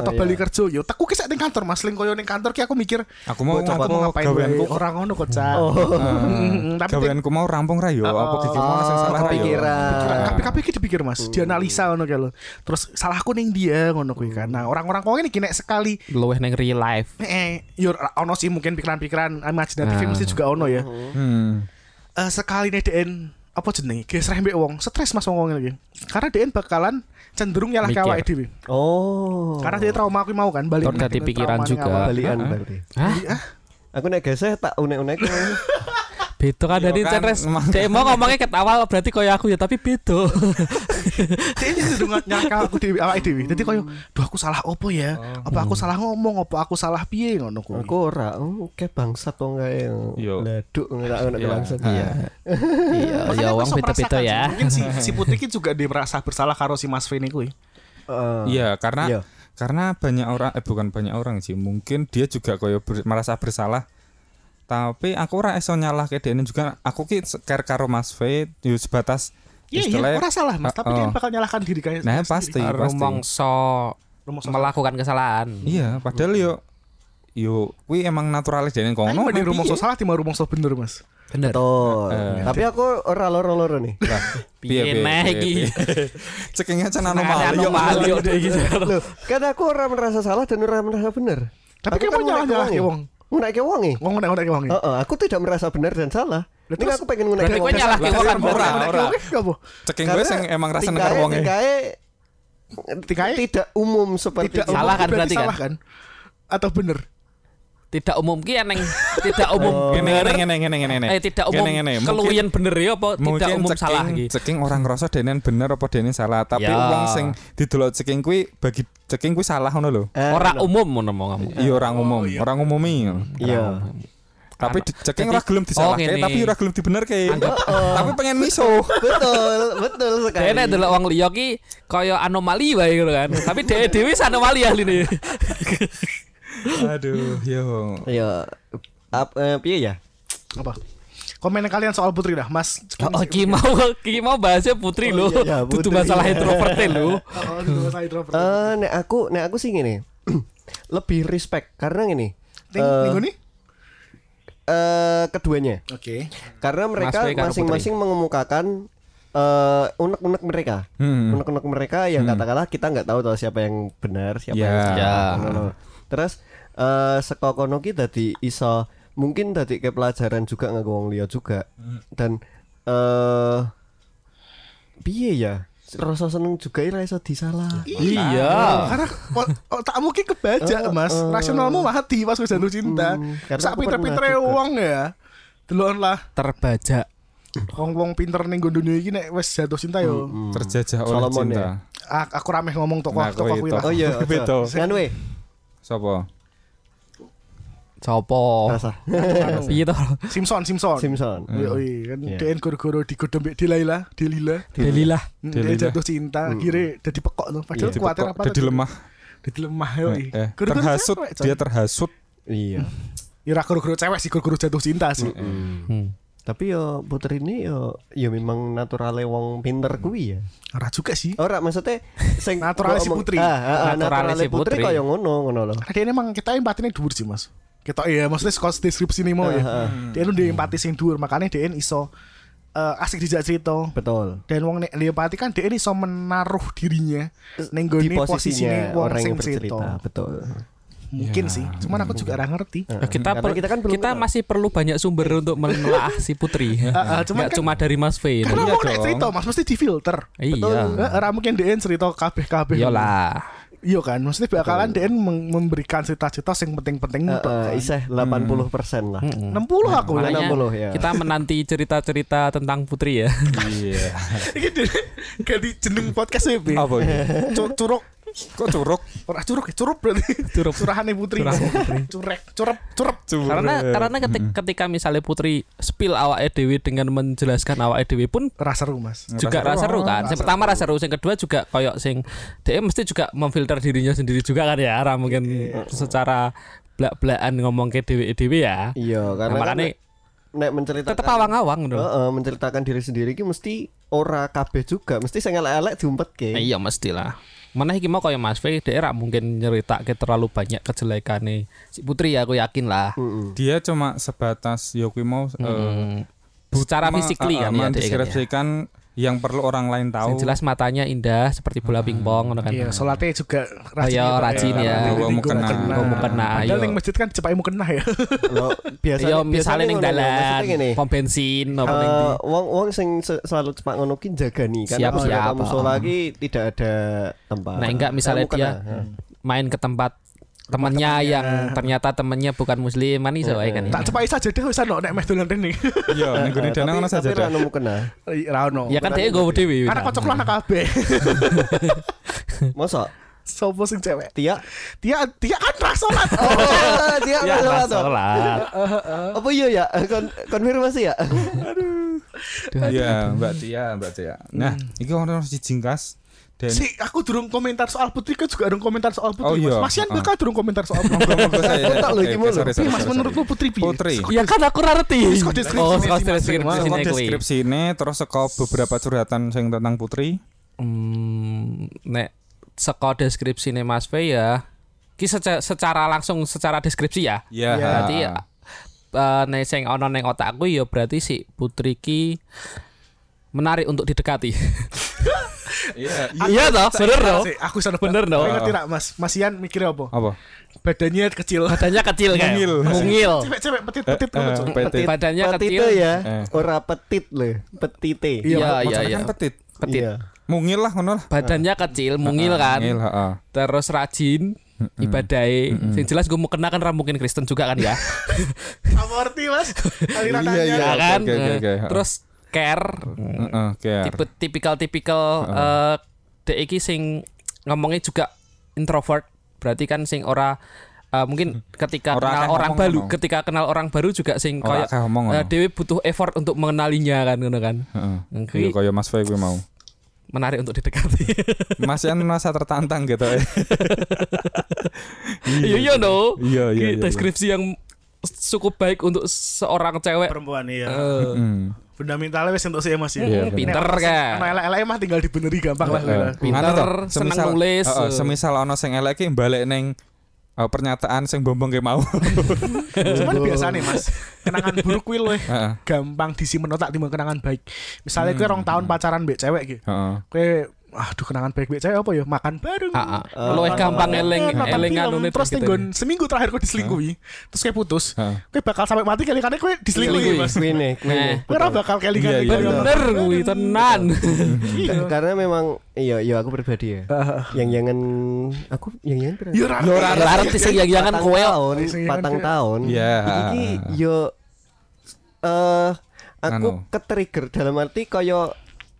S1: Oh,
S4: atau
S1: iya.
S4: balik kerja yo teku ki sak ning kantor Mas ling kaya ning kantor ki aku mikir
S1: Aku mau
S2: Bocah
S1: aku
S4: aku
S1: mau
S4: mau ngapain
S1: gaweanku Oh.
S4: gue orang ngono kok cak Mm, tapi teng-
S1: gaweanku mau rampung ra yo. Apa dikira
S2: Oh,
S1: sing salah ra yo.
S2: kepikiran.
S3: Ah.
S4: kabeh kabeh iki gitu dipikir Mas,
S3: Hmm.
S4: dianalisa ngono kae lho. Terus salahku ning dia ngono kuwi kan. Nah, orang-orang kok ini nek sekali
S3: Luweh nang real life.
S4: eh yo ono sih mungkin pikiran-pikiran imajinatif
S3: Ah.
S4: mesti juga ono ya.
S2: Oh.
S1: Hmm.
S4: Eh, sekali nih DN apa jenenge gesreh mbek wong, stres Mas wong iki. Karena DN bakalan cenderung nyalah ke
S3: Mikir.
S4: awake dhewe.
S2: Oh.
S4: Karena dia trauma aku mau kan balik.
S3: Ton ganti
S4: Trauma
S3: pikiran
S4: ning
S3: juga.
S4: awal.
S2: balian berarti.
S3: Hah?
S2: Aku nek geseh tak unek-unek.
S3: Beto kan
S1: Iya
S3: dari
S1: kan,
S3: cetres.
S1: emang.
S3: Dek mau ngomongnya ketawa berarti koyo aku ya tapi beto.
S4: Dia cenderung nyangka aku dhewe awake dhewe. Dadi koyo,
S3: Hmm.
S4: duh aku salah opo ya? Apa aku salah ngomong, apa aku salah piye ngono kuwi.
S2: Aku ora, oh, kayak bangsat wong kae.
S1: Yo.
S2: Leduk ngerak ngono
S1: Iya.
S2: bangsat.
S1: Iya.
S3: Iya,
S4: Makanya
S3: ya
S4: aku
S3: wong
S4: iso
S3: beto-beto
S4: merasakan sih.
S3: ya.
S4: Mungkin si, si Putri ki juga dia merasa bersalah karo si Mas Vini kuwi.
S2: Heeh.
S1: Iya,
S2: Iya.
S1: karena karena banyak orang eh bukan banyak orang sih, mungkin dia juga koyo ber- merasa bersalah. Tapi aku ora iso nyalahke dhekne juga. Aku ki care karo Mas V yo sebatas
S4: Iya, iya,
S1: istilahnya-
S4: ora salah Mas, tapi dia
S1: Oh.
S4: bakal nyalahkan diri kayak
S1: Nah, pasti, pasti.
S3: Rumongso
S4: Rumongso.
S3: melakukan kesalahan.
S1: Iya, padahal yo yo kuwi emang naturalis dhekne
S4: Ayo
S1: kono.
S4: mending
S1: emang
S4: rumongso
S1: piye?
S4: salah timbang rumongso bener Mas.
S3: Bener.
S2: Betul.
S1: Heeh.
S2: Tapi aku ora loro-loro nih.
S1: Lah,
S3: Piye neh iki?
S1: Cekingnya can
S3: Nah,
S1: anomali. yo.
S3: anomali yo, dek, gitu.
S2: Loh, kan aku ora merasa salah dan ora merasa bener.
S4: Tapi kamu
S2: Aku kan
S4: nyalah-nyalah
S2: ngunek
S4: ke wong.
S2: ke wong. Ngunek ke wonge.
S4: Wong ngono ngono wong.
S2: Heeh, aku tidak merasa benar dan salah.
S4: Lah,
S2: Ini
S4: terus-
S2: aku pengen ngunek
S3: Berarti
S2: ke
S3: kowe
S2: wong.
S3: nyalah ke
S1: Lah,
S3: wong kan
S1: kan ora,
S3: berarti.
S1: ora.
S4: Apa?
S1: Ceking gue sing emang rasa nengkar wonge.
S2: Tikae
S4: Tikae
S2: tidak umum seperti
S4: tidak
S2: itu.
S3: Salah
S4: umum,
S3: kan berarti kan?
S4: salah kan? Atau bener?
S3: Tidak umum ki eneng tidak umum
S1: Ngene
S3: bener.
S1: ngene ngene ngene ngene, ngene.
S3: Eh tidak
S1: Ngene,
S3: umum
S1: ngene. Mungkin-
S3: keluyan bener ya apa tidak
S1: Mungkin
S3: umum
S1: ceking,
S3: salah iki.
S1: ceking orang ngerasa denen bener apa denen salah tapi
S3: Ya.
S1: wong sing didelok ceking kuwi bagi ceking kuwi salah ngono lho
S2: Eh,
S3: Ora umum ngono mau ngomong.
S1: iya orang umum orang umumi
S2: Iya.
S1: tapi di- ceking
S3: Jadi-
S1: ora gelem disalahke
S3: Oh, ngene.
S1: tapi ora gelem dibenerke tapi pengen miso
S2: Betul, betul sekali.
S3: Dene nek delok wong liya ki kaya anomali wae ngono kan. Tapi dhewe dhewe wis anomali ahline.
S1: aduh yo
S2: Ya, ap, eh, piye ya?
S4: Apa? Komen kalian soal Putri dah, Mas.
S3: Oh, ki mau ki mau bahasnya putri
S2: Oh,
S3: lho.
S2: iya, iya,
S3: Dudu
S2: putri.
S3: masalah introvert lho.
S4: Oh, itu saya introvert.
S2: Eh, nek aku, nek aku sih gini. lebih respect karena gini.
S4: Ting,
S2: eh,
S4: minggu ni?
S2: eh, keduanya.
S4: Oke.
S2: Karena mereka
S3: Mas Wei karo
S2: masing-masing mengemukakan eh unek-unek mereka.
S1: Hmm.
S2: Unek-unek mereka yang katakanlah kita nggak tahu tuh siapa yang benar, siapa
S1: Ya.
S2: yang
S3: Ya.
S2: salah. No, no. Terus eh sekokono ki dadi iso mungkin dadi ke pelajaran juga nggak wong liya juga. Dan eh piye ya? Rasa seneng juga ora iso disalah.
S3: Iya.
S4: Karena tak mungkin kebaca, Mas. Rasionalmu mati pas wis jatuh cinta.
S2: Hmm, karena
S4: Sak
S2: aku pernah
S4: pinter-pintere
S2: juga.
S4: wong ya. Delokan lah
S3: Terbajak.
S4: wong-wong pinter ning nggon dunia iki nek wis jatuh cinta yo.
S1: terjajah oleh
S2: Solomon
S1: cinta
S2: ya?
S4: A- aku rameh ngomong tokoh
S1: Nah,
S4: tokoh
S1: kui,
S4: kuwi lah.
S2: Oh iya,
S1: Beda.
S2: betul. Kan we
S1: sapa
S3: Sopo?
S2: rasa
S3: Piye to?
S4: Simpson Simpson.
S2: Simpson.
S4: Yo iya kan
S2: Oh. Iya.
S4: DN goro-goro digodhong mbek Delilah, Delilah.
S3: Delilah.
S4: Hmm,
S1: Delilah.
S4: Dia jatuh cinta, akhirnya jadi pekok tuh. Padahal
S1: Jadi
S4: kuatir
S1: pekok,
S4: apa?
S1: jadi lemah
S4: Jadi lemah yo. iya.
S1: Eh, eh, terhasut dia terhasut
S2: Iya.
S4: Ya ora goro-goro cewek sih, goro-goro jatuh cinta sih.
S3: Hmm.
S2: Tapi yo putri ini yo yo memang naturale wong pinter kuwi ya.
S4: Ora juga sih.
S1: Oh.
S2: Ora maksudnya sing
S4: Naturale si
S2: ngomong-
S4: putri.
S2: Ah, ah, ah,
S3: Naturale
S2: naturale
S3: si
S2: si putri
S3: putri.
S2: kaya ngono ngono loh.
S4: Karena dia emang kita empatinya dhuwur sih, Mas. Kita iya maksudnya skos deskripsi ini mau ya. Dia lu dia empati sing dhuwur, makanya dia iso eh, asik dijak cerita.
S2: Betul.
S4: Dan wong nek dia empati kan dia iso menaruh dirinya ning
S2: Di
S4: nggone
S2: posisinya
S4: posisine wong
S2: orang
S4: sing
S2: yang bercerita,
S4: cerita.
S2: betul.
S4: Mungkin sih, cuman aku juga ora ngerti.
S3: Kita
S2: Karena
S3: per-
S2: kita kan belum
S3: kita
S2: kenal.
S3: masih perlu banyak sumber untuk menelaah si putri.
S4: ah, cuman
S3: Nggak
S4: kan-
S3: cuma dari Mas V.
S4: Karena
S1: Iya
S4: mau nek
S1: dong.
S4: cerita Mas mesti difilter.
S3: Iya.
S4: Eh, Ora mungkin dia cerita kabeh-kabeh.
S3: Iyalah.
S4: Iya kan, maksudnya bakalan DN meng- memberikan cita-cita yang penting-penting
S2: Eh,
S4: tok,
S2: eh,
S4: kan. Hmm.
S2: iseh 80 persen lah.
S4: 60 aku lah.
S2: Makanya- 60, ya.
S3: kita menanti cerita-cerita tentang Putri ya.
S1: Iya.
S4: Iki dhewe ganti jeneng podcast e. Bi.
S1: Apa ini?
S4: Cu- Curug.
S1: Kok curug?
S4: Ora curug, ya, curup berarti.
S3: Curup.
S4: Curahane putri.
S3: Curahane Putri.
S4: Curek, curup, curup.
S1: Curug.
S3: Karena karena ketika, ketika misalnya Putri spill awak dewi dengan menjelaskan awak dewi pun
S4: Rasa seru, Mas.
S3: juga
S1: Rasa
S3: rasa
S1: seru,
S3: seru kan. Yang pertama rasa seru, yang kedua juga koyok sing dia mesti juga memfilter dirinya sendiri juga kan ya, Ra mungkin secara belak-belakan ngomong ke dewi-dewi ya. Nah,
S2: Iya, karena kan
S3: makanya
S2: nek menceritakan
S3: tetap awang-awang
S2: Eh,
S3: loh.
S2: eh, menceritakan diri sendiri ki mesti ora kabeh juga, mesti sing elek-elek diumpetke.
S3: Eh, iya mestilah. Mana iki mau kayak Mas Fe, dia ra mungkin nyeritake terlalu banyak kejelekane si Putri ya aku yakin lah.
S2: Heeh.
S1: Dia cuma sebatas Yoki mau eh,
S3: Hmm. Secara
S1: ma-
S3: fisik
S1: eh,
S3: kan ya, dia kan ya.
S1: mendeskripsikan yang perlu orang lain
S3: Yang
S1: tahu.
S3: jelas matanya indah seperti bola pingpong ngono kan.
S4: Iya, solatnya juga gitu,
S3: Iya, rajin ya.
S1: Kamu kena.
S3: Kamu kena,
S4: Padahal
S3: ayo.
S4: yang masjid kan cepaimu kena ya.
S2: Lo
S3: Iya,
S2: biasanya biasanya
S3: misalnya ning
S2: ngono lho,
S3: dalan,
S2: gitu maksudnya ngene,
S3: pom bensin apa ning
S2: eh,
S3: ndi.
S2: wong wong sing se- selalu cepat ngono ki jagani karena
S3: Siap,
S2: kalau
S3: siap,
S2: kamu
S3: ah.
S2: sholat ki tidak ada tempat.
S3: Nah, enggak, misalnya
S2: Kamu
S3: dia-
S2: kena, heeh.
S3: main ke tempat temannya yang ternyata temannya bukan muslim kan iso wae kan. ya.
S4: Tak cepai saja deh wis ana nek meh dolan rene.
S1: Iya, ning gone
S2: Eh, Tapi-
S1: dana ngono saja.
S2: Tapi
S1: dah.
S2: rano kena.
S4: Ra ono.
S3: Ya kan dia gowo dhewe.
S4: Anak kocok lu anak kabeh.
S2: Mosok
S4: Sopo sing cewek?
S2: Tia
S4: Tia Tia kan ra salat.
S2: Oh, Tia
S3: Ya
S2: masalah toh.
S3: salat.
S2: Apa iya ya? Kon- konfirmasi ya?
S1: Iya, Mbak Tia, Mbak Tia. Nah, iki orang harus dijingkas dan
S4: Si aku durung komentar soal putri kan juga durung komentar soal putri.
S1: Oh, iya.
S4: Mas Masian
S1: Ah.
S4: bakal durung komentar soal putri.
S1: Monggo-monggo saya.
S2: Aku tak lho iki
S1: Oke,
S2: mulu.
S1: sorry, sorry,
S4: Mas
S1: sorry,
S4: menurutmu
S1: sorry.
S4: putri piye?
S1: Putri.
S3: Ya kan aku ra ngerti.
S4: Saka deskripsi
S3: Oh, saka
S4: ini, Mas
S3: deskripsi
S4: Firman.
S3: ini
S1: Saka
S3: kuwi.
S1: deskripsi ini terus saka beberapa curhatan sing tentang Putri.
S3: Hmm, nek saka deskripsi nih Mas Fe ya. Ki seca- secara langsung secara deskripsi ya.
S1: Iya.
S3: Berarti ya eh, nek sing ana ning otakku ya berarti si Putri ki menarik untuk didekati.
S1: Iya.
S3: Iya toh, bener toh.
S4: Si, aku sana
S3: Bener, no?
S4: Ngerti ra Mas? Masian mikirnya apa?
S1: Apa?
S4: Badannya kecil.
S3: Badannya kecil kan.
S1: Mungil.
S3: Mungil.
S4: Cewek-cewek petit-petit
S1: Eh,
S4: ngono,
S1: eh,
S4: Cok.
S1: Petit.
S3: Badannya
S2: Petite
S3: kecil.
S2: ya.
S1: Eh.
S2: Ora petit lho, petite.
S3: Iya,
S1: Maksudnya
S3: iya, iya.
S1: kan petit.
S3: Petit.
S2: Iya.
S1: Mungil lah ngono lah.
S3: Badannya kecil, mungil kan.
S1: Mungil, heeh.
S3: Terus rajin ibadai. Sing jelas gue mau kenakan ra mungkin Kristen juga kan ya.
S4: Apa arti, Mas? Aliran
S1: Iya, iya.
S4: aja.
S3: ya
S1: oke,
S3: kan.
S1: oke, oke, oke. Mm.
S3: Terus care.
S1: Heeh, care.
S3: Tipe tipikal-tipikal eh, dek iki sing ngomongnya juga introvert. Berarti kan sing ora eh, mungkin ketika
S1: Hmm. Ora
S3: kenal
S1: akeh
S3: orang
S1: ngomong
S3: baru,
S1: ngono.
S3: ketika kenal orang baru juga sing
S1: Ora
S3: kayak
S1: akeh ngomong
S3: eh,
S1: ngono.
S3: dewe butuh effort untuk mengenalinya kan ngono kan.
S1: Heeh.
S3: Oke.
S1: Iya, kaya Mas Fai gue mau.
S3: Menarik untuk didekati.
S1: Mas Ian merasa tertantang gitu. eh.
S3: Iya, iya, no.
S1: Iya, iya,
S3: Ki
S1: iya,
S3: Deskripsi yang cukup baik untuk seorang cewek. Eh,
S4: Perempuan iya.
S1: Hmm.
S4: Fundamentalnya wes untuk saya Mas ya.
S1: Iya,
S4: Nek
S3: pinter,
S4: orang sing-
S3: kan?
S4: Nek elek-elek mah tinggal dibeneri gampang gitu. lah.
S1: Eh,
S3: Pinter,
S1: anu toh,
S3: seneng
S1: semisal-
S3: nulis. eh.
S1: Heeh, semisal ono sing elek ki balik neng eh, pernyataan sing bombong ke mau.
S4: Cuman biasa nih Mas. Kenangan buruk kuwi luwih
S1: Heeh.
S4: gampang disimpen otak timbang kenangan baik. Misalnya kowe rong tahun pacaran mbek cewek gitu.
S1: Heeh.
S4: Kowe aduh kenangan baik mbek cewek apa ya? Makan bareng.
S3: Heeh. ah, Luwih
S4: Eh,
S3: gampang eling
S4: nonton
S3: eling
S4: film,
S3: anune
S4: terus
S3: gitu.
S4: tinggon seminggu terakhir kowe diselingkuhi, terus kowe putus.
S1: Heeh.
S4: Kowe bakal sampai mati kali kali kowe diselingkuhi
S3: Selingkuh.
S4: Mas.
S2: Kuine, kuine.
S3: Nah.
S4: Kowe ora bakal kali
S1: Iya,
S4: kali.
S1: iya, iya.
S3: Bener kuwi tenan.
S2: Ka- Karena memang iya iya aku pribadi ya. Yang jangan aku yang jangan
S4: Ya ora.
S1: Yo ora
S3: Berarti sing yang kan kowe
S2: tahun,
S4: Sing yang
S2: patang
S4: ke-
S2: tahun.
S1: Iya.
S2: Iki yo eh aku
S1: Anu.
S2: ketrigger dalam arti kaya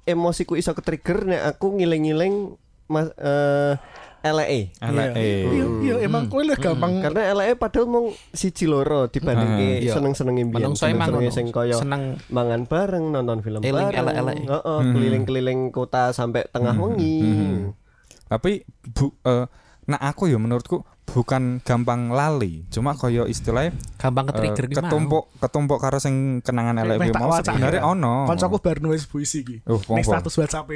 S2: emosiku iso ketrigger nek aku ngiling-ngiling mas eh LE.
S1: Elek.
S4: Iya, iya emang kowe luwih gampang
S2: Hmm, Karena LE padahal mong siji loro dibandingke
S3: Iya.
S2: seneng-senenge mbiyen.
S3: Menungso emang
S2: Seneng-senenge
S3: ngono.
S2: sing kaya
S3: seneng
S2: mangan bareng, nonton film
S3: Eling, E. Hmm.
S2: bareng.
S3: elek-elek.
S2: Heeh, keliling-keliling kota sampai tengah
S1: Hmm.
S2: wengi.
S1: Tapi bu, eh, nah aku ya menurutku bukan gampang lali, cuma kaya istilahnya
S3: gampang
S1: eh,
S3: ke-trigger ki mau.
S1: ketumpuk ketumpuk karo sing kenangan elek
S4: Meh
S1: kuwi
S4: tak
S1: mau
S4: wacak. ya?
S1: sebenarnya ono.
S4: Koncoku bar nulis puisi iki.
S1: Oh,
S4: Ning
S1: apa?
S4: status WhatsApp.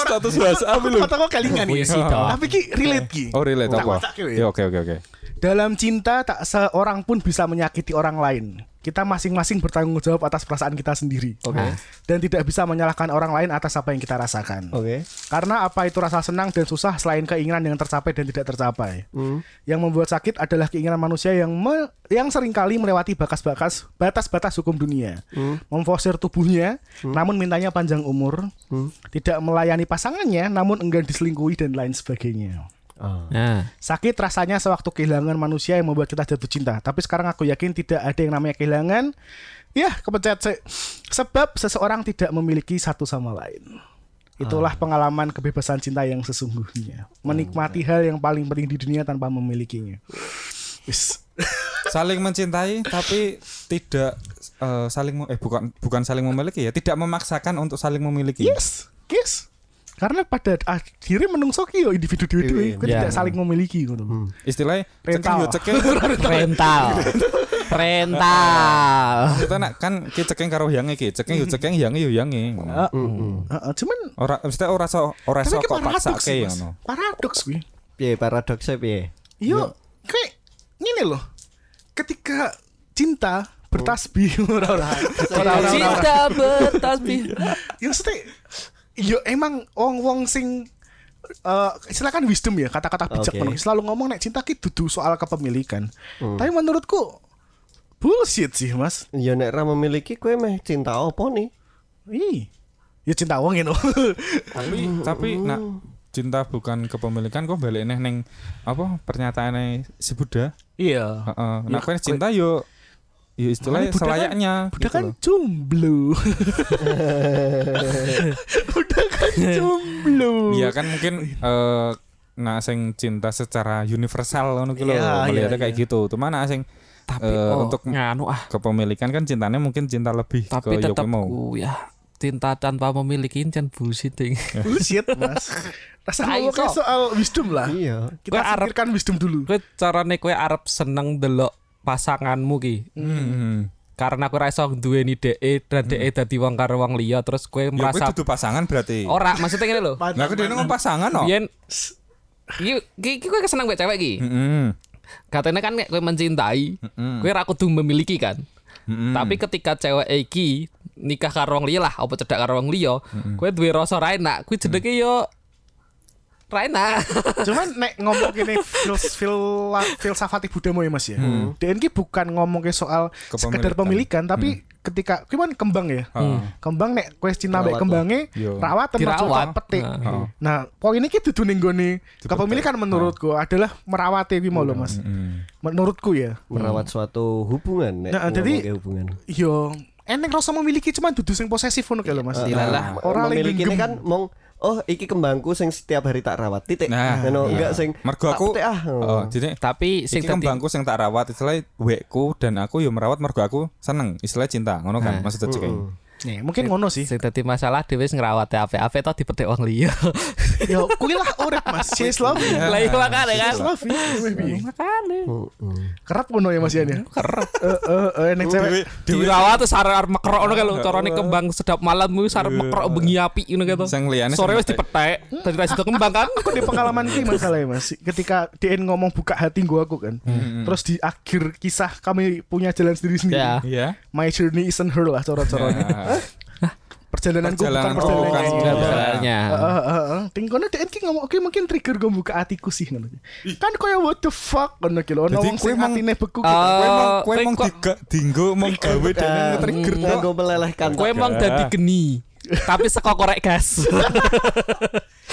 S1: status WhatsApp lho.
S4: Kata-kata kelingan ya.
S3: Puisi toh.
S4: Tapi ki relate ki.
S1: Oh relate
S4: Tak
S1: apa?
S4: wacak ki, weh.
S1: Ya oke oke oke.
S4: Dalam cinta tak seorang pun bisa menyakiti orang lain. kita masing-masing bertanggung jawab atas perasaan kita sendiri. Ah.
S2: Oke.
S4: Dan tidak bisa menyalahkan orang lain atas apa yang kita rasakan.
S2: Oke.
S4: Karena apa itu rasa senang dan susah selain keinginan yang tercapai dan tidak tercapai.
S2: Hmm.
S4: Yang membuat sakit adalah keinginan manusia yang me- yang seringkali melewati bakas-bakas batas-batas hukum dunia.
S2: Hmm.
S4: Memforsir tubuhnya namun mintanya panjang umur,
S2: Hmm.
S4: tidak melayani pasangannya namun enggan diselingkuhi dan lain sebagainya.
S2: Ah.
S3: Nah,
S4: Sakit rasanya sewaktu kehilangan manusia yang membuat kita jatuh cinta. Tapi sekarang aku yakin tidak ada yang namanya kehilangan. Ya, kepencet sih. Sebab seseorang tidak memiliki satu sama lain.
S1: Ah.
S4: Itulah pengalaman kebebasan cinta yang sesungguhnya. Menikmati hal yang paling penting di dunia tanpa memilikinya. Wis.
S1: saling mencintai tapi tidak eh, saling mem- eh bukan bukan saling memiliki ya tidak memaksakan untuk saling memiliki
S4: Yes, yes. Karena pada akhirnya menungso ki yo individu
S1: Iya,
S4: dewe-dewe, Ku tidak saling memiliki
S1: Hmm.
S4: ngono.
S1: istilahnya cekin
S4: Rental.
S1: yo cekin
S3: rental. rental.
S1: kita nak kan ki cekin karo yange ki cekin yo cekin yange yo yange
S4: Mm. Heeh. Heeh, cuman
S1: ora mesti ora so ora so
S4: tapi ki
S1: kok
S4: paradoks sih,
S1: paksake
S4: Mas.
S1: ngono
S4: Paradoks kuwi.
S2: Piye paradoksnya piye?
S4: Yo, Iya. kayak gini loh. Ketika cinta bertasbih
S1: Oh.
S4: orang-orang,
S2: Iya,
S4: orang-orang,
S3: Cinta bertasbih.
S4: yang mesti, yo ya emang wong-wong sing eh silakan wisdom ya kata-kata bijak
S2: Oke.
S4: menurut- selalu ngomong nek cinta ki dudu soal kepemilikan.
S1: Hmm.
S4: Tapi menurutku bullshit sih mas.
S2: Ya nek ra memiliki kowe meh cinta opo nih?
S4: Ih, ya cinta wong ya no.
S1: tapi tapi
S4: Oh.
S1: nak cinta bukan kepemilikan kok balik neh neng apa pernyataannya si Buddha
S4: Iya.
S1: Heeh. nah kowe cinta yo yo istilahnya
S4: Makanya Buddha kan-
S1: selayaknya
S4: Udah
S1: gitu
S4: kan
S1: loh.
S4: jomblo. Udah kan jomblo.
S1: Iya kan mungkin eh nah sing cinta secara universal ngono ki lho
S4: Iya,
S1: melihatnya
S4: iya,
S1: kayak gitu. Cuma nah sing
S3: Tapi
S1: Eh,
S3: oh,
S1: untuk-
S3: nganu ah.
S1: kepemilikan kan cintanya mungkin cinta lebih
S3: Tapi
S1: ke yo
S3: tetap
S1: kowe mau.
S3: ku ya cinta tanpa memiliki kan bullshit ting.
S4: bullshit mas rasa
S3: Nah,
S4: ngomongnya
S3: iso.
S4: soal wisdom lah
S2: Iya.
S4: kita
S3: Gua Arab.
S4: pikirkan wisdom dulu
S3: Kowe carane kowe arep seneng delok pasanganmu ki.
S1: Hmm.
S3: Karena kowe ra iso duweni dheke dan dheke dadi wong karo wong liya terus kowe
S1: Yo kowe
S3: merasa
S1: Ya dudu pasangan berarti.
S3: ora maksudnya ngene lho.
S1: Lah aku dhewe ngomong pasangan no.
S3: Biyen Iki iki kowe keseneng mbek cewek ki.
S1: Heeh.
S3: Katanya kan nek kowe mencintai, kowe ra kudu memiliki kan. Tapi ketika cewek iki nikah karo wong liya lah, apa cedak karo wong liya, kowe duwe rasa ra enak, kuwi jenenge yo ra enak.
S4: cuman nek ngomong gini fil, fil, filsafati Buddha mau ya mas ya DN ki bukan ngomongnya soal
S1: Kepemilikan.
S4: sekedar pemilikan tapi ketika kuwi kan kembang ya
S1: Heeh.
S2: Hmm.
S4: kembang nek kue cinta mbek
S2: Rawat
S4: kembangnya
S1: Yo.
S4: rawat tempat
S3: Dirawat.
S4: petik
S1: Heeh.
S4: nah poin ini kita duning kepemilikan menurutku adalah merawati kuwi mau loh mas menurutku ya
S2: Merawat
S1: Hmm.
S2: suatu hubungan nek.
S4: Nah,
S2: ngomong
S4: jadi-
S2: ke hubungan.
S4: yo enek rasa memiliki cuman dudu sing posesif ngono kae lho mas
S2: Nah,
S4: Orang lagi
S2: memiliki ini
S4: genggam.
S2: kan mong oh iki kembangku sing setiap hari tak rawat titik.
S1: Nah, iya.
S2: Ngono, enggak sing
S1: mergo
S2: tak
S1: aku
S2: petik ah.
S1: oh, jadi
S3: Tapi
S1: Sing
S3: sing dadi
S1: kembangku sing tak rawat istilahnya wekku dan aku yo merawat mergo aku seneng istilah cinta ngono kan maksudnya cek.
S4: Nih, mungkin ngono sih
S3: sing dadi masalah dhewe wis ngrawat ape-ape to dipetik wong liya.
S4: Ya kuwi lah urip Mas. Sis love.
S1: Ya,
S3: Lah iya makane kan. Makane.
S4: Kerap ngono ya Mas Ian ya. Kerap. Heeh, enek cewek.
S1: Dewi- Dewi
S3: Dirawat terus arep mekrok ngono
S1: Ya
S3: kalau carane kembang sedap malam kuwi arep mekrok bengi api ngono gitu.
S1: Iya. Sing liyane
S3: Sore
S1: sing
S3: wis dipetek, dadi ra sido kembang kan.
S4: Aku di pengalaman ini masalah ya Mas. Ketika DN ngomong buka hati gua aku kan. Terus di akhir kisah kami punya jalan sendiri-sendiri.
S3: Ya.
S1: Iya.
S4: My journey isn't her lah coron-coronnya.
S1: Nah,
S4: Perjalananku bukan
S1: Perjalananku
S4: perjalanan. Eh,
S1: bukan
S4: dia.
S1: perjalanan.
S3: Misalnya.
S4: Heeh, heeh, heeh. Ting kono DN ki ngomong oke mungkin trigger gua buka hatiku sih ngono. Kan koyo what the fuck ngono ki lho. Ono
S1: Jadi
S4: wong sing
S1: kue mang-
S4: atine beku gitu. ki.
S3: Ah.
S1: Kowe mau kowe
S3: kowe
S1: mau
S3: kok-
S1: diga- dinggo mau gawe dene nge-trigger kok.
S2: Nganggo Hmm. melelehkan.
S3: Kowe emang dadi geni, tapi seko korek gas.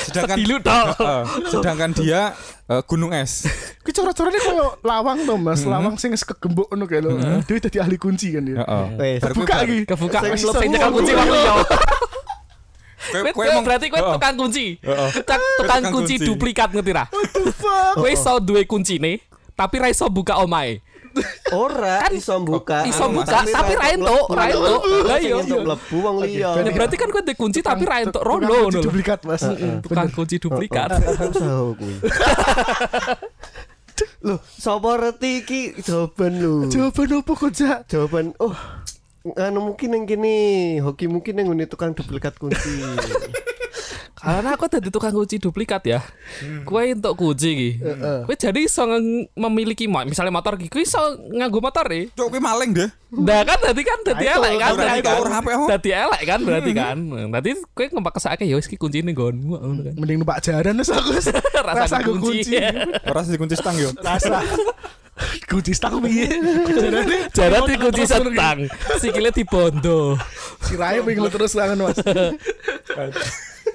S1: Sedangkan
S3: Sedilu tok.
S1: Heeh. sedangkan dia eh, gunung es.
S4: Ki corak-coraknya koyo lawang to Mas,
S3: Mm-hmm.
S4: lawang sing wis kegembok ngono kae lho. Dhewe dadi ahli kunci kan dia.
S1: Heeh.
S2: Wes.
S1: Baru kowe-
S4: Buka lagi.
S3: Kebuka
S2: Sing
S3: wis sing
S2: mlebu
S3: nyekel kunci wong liya.
S1: kowe-
S3: Kowe Oh.
S1: kowe mau-
S3: berarti kowe
S1: Heeh.
S3: tukang kunci.
S1: Heeh.
S3: Tukang tukang kunci duplikat ngerti ra? Kowe iso duwe kuncine, tapi ra iso buka omahe.
S2: Ora
S3: Kan-
S2: iso buka.
S3: iso
S2: Anu,
S3: buka,
S2: masane
S3: tapi ra entuk, ra entuk. Lah
S2: Sing
S3: iya.
S2: entuk mlebu wong liya.
S4: Oke,
S3: Ya berarti kan kowe duwe kunci tapi ra entuk rondo
S4: Tukang kunci
S3: ngono lho.
S4: duplikat mas
S3: Tukang kunci duplikat.
S2: Aku saho kuwi. Loh, sapa reti iki jawaban lho.
S4: jawaban apa kok Jak?
S2: Jawaban oh anu mungkin yang gini hoki mungkin yang ngene tukang duplikat kunci
S3: Karena aku tadi tukang kunci duplikat ya. Kue untuk kunci iki. Kue jadi iso nge- memiliki mo- misalnya motor iki, kue iso nganggo motor e.
S1: Cok kuwi maling deh.
S3: Nah kan tadi kan tadi elek kan
S1: berarti Hmm.
S3: tadi kan.
S1: kawur HP aku.
S3: Tadi elek kan berarti kan. Nanti kue ngepakesake ya wis ki kuncine nggonmu ngono
S1: Hmm.
S3: kan.
S4: Mending numpak jaran wis aku.
S3: Rasa
S4: Rasa
S3: kunci.
S4: kunci.
S1: Ora sih dikunci stang yo.
S4: Rasa. Kunci stang piye? Jarane
S3: Jarak dikunci setang, sikile dibondo.
S4: sirahe pengen lu terus tangan Mas.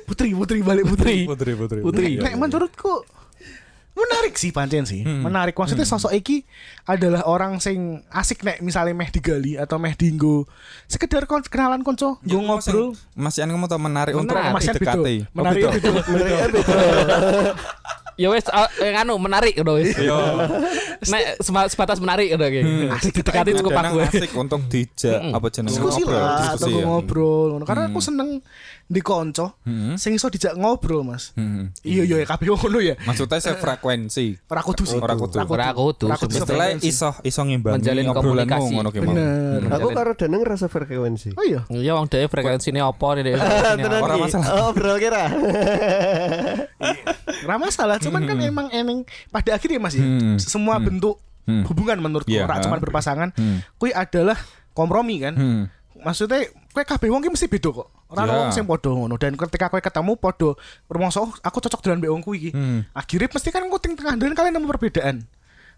S4: Putri, putri balik putri.
S1: Putri, putri.
S3: Putri.
S1: Iya, Hmm.
S4: Nek
S1: iya.
S4: menurutku menarik sih pancen sih. Menarik maksudnya sosok iki adalah orang sing asik nek misalnya meh digali atau meh dinggo. Sekedar kon kenalan konco, nggo ngobrol.
S1: Mas Ian kamu tau menarik untuk
S3: Menarik.
S4: Mas Ian beda.
S1: didekati. Oh,
S4: Menarik Iya.
S1: beda.
S4: beda.
S3: Ya wis ah, eh, anu menarik udah wis.
S1: Yo.
S3: Nek sema- sebatas menarik udah kayak.
S4: Asik
S3: Dekati cukup
S1: Ada
S3: aku.
S1: yang Hmm. asik untuk dijak apa jenenge
S4: diskusi
S1: ngobrol,
S4: lah atau
S1: diskusi Hmm.
S4: nggo
S1: ya.
S4: ngobrol ngono. Karena aku seneng di konco sing iso dijak ngobrol, Mas.
S1: Hmm.
S4: Iya iya kabeh ngono ya.
S1: Maksudnya sefrekuensi.
S4: Ora kudu sih.
S1: Ora kudu.
S3: Ora kudu.
S4: Ora kudu.
S1: Setelah iso iso ngimbangi
S3: Menjalin
S1: obrolanmu
S3: komunikasi.
S1: ngono ki mau.
S4: Bener.
S2: Aku karo Danang rasa frekuensi.
S4: Oh iya.
S3: Iya wong dhewe frekuensine apa nih dhewe.
S2: Tenan
S1: Ora
S2: iki.
S1: masalah.
S2: Oh, bro kira.
S4: Gak masalah, cuman kan emang eneng pada akhirnya mas ya,
S1: Hmm.
S4: semua bentuk
S1: Hmm.
S4: hubungan menurutku
S1: Iya,
S4: ora
S1: ha.
S4: cuman berpasangan,
S1: Hmm.
S4: kui adalah kompromi kan.
S1: Hmm.
S4: Maksudnya kue kabeh wong ki mesti beda kok. Ora
S1: Ya.
S4: yeah. wong sing padha ngono dan ketika kue ketemu padha rumangsa oh, aku cocok dengan mbek wong kuwi iki. Akhirnya mesti kan nguting tengah dan kalian nemu perbedaan.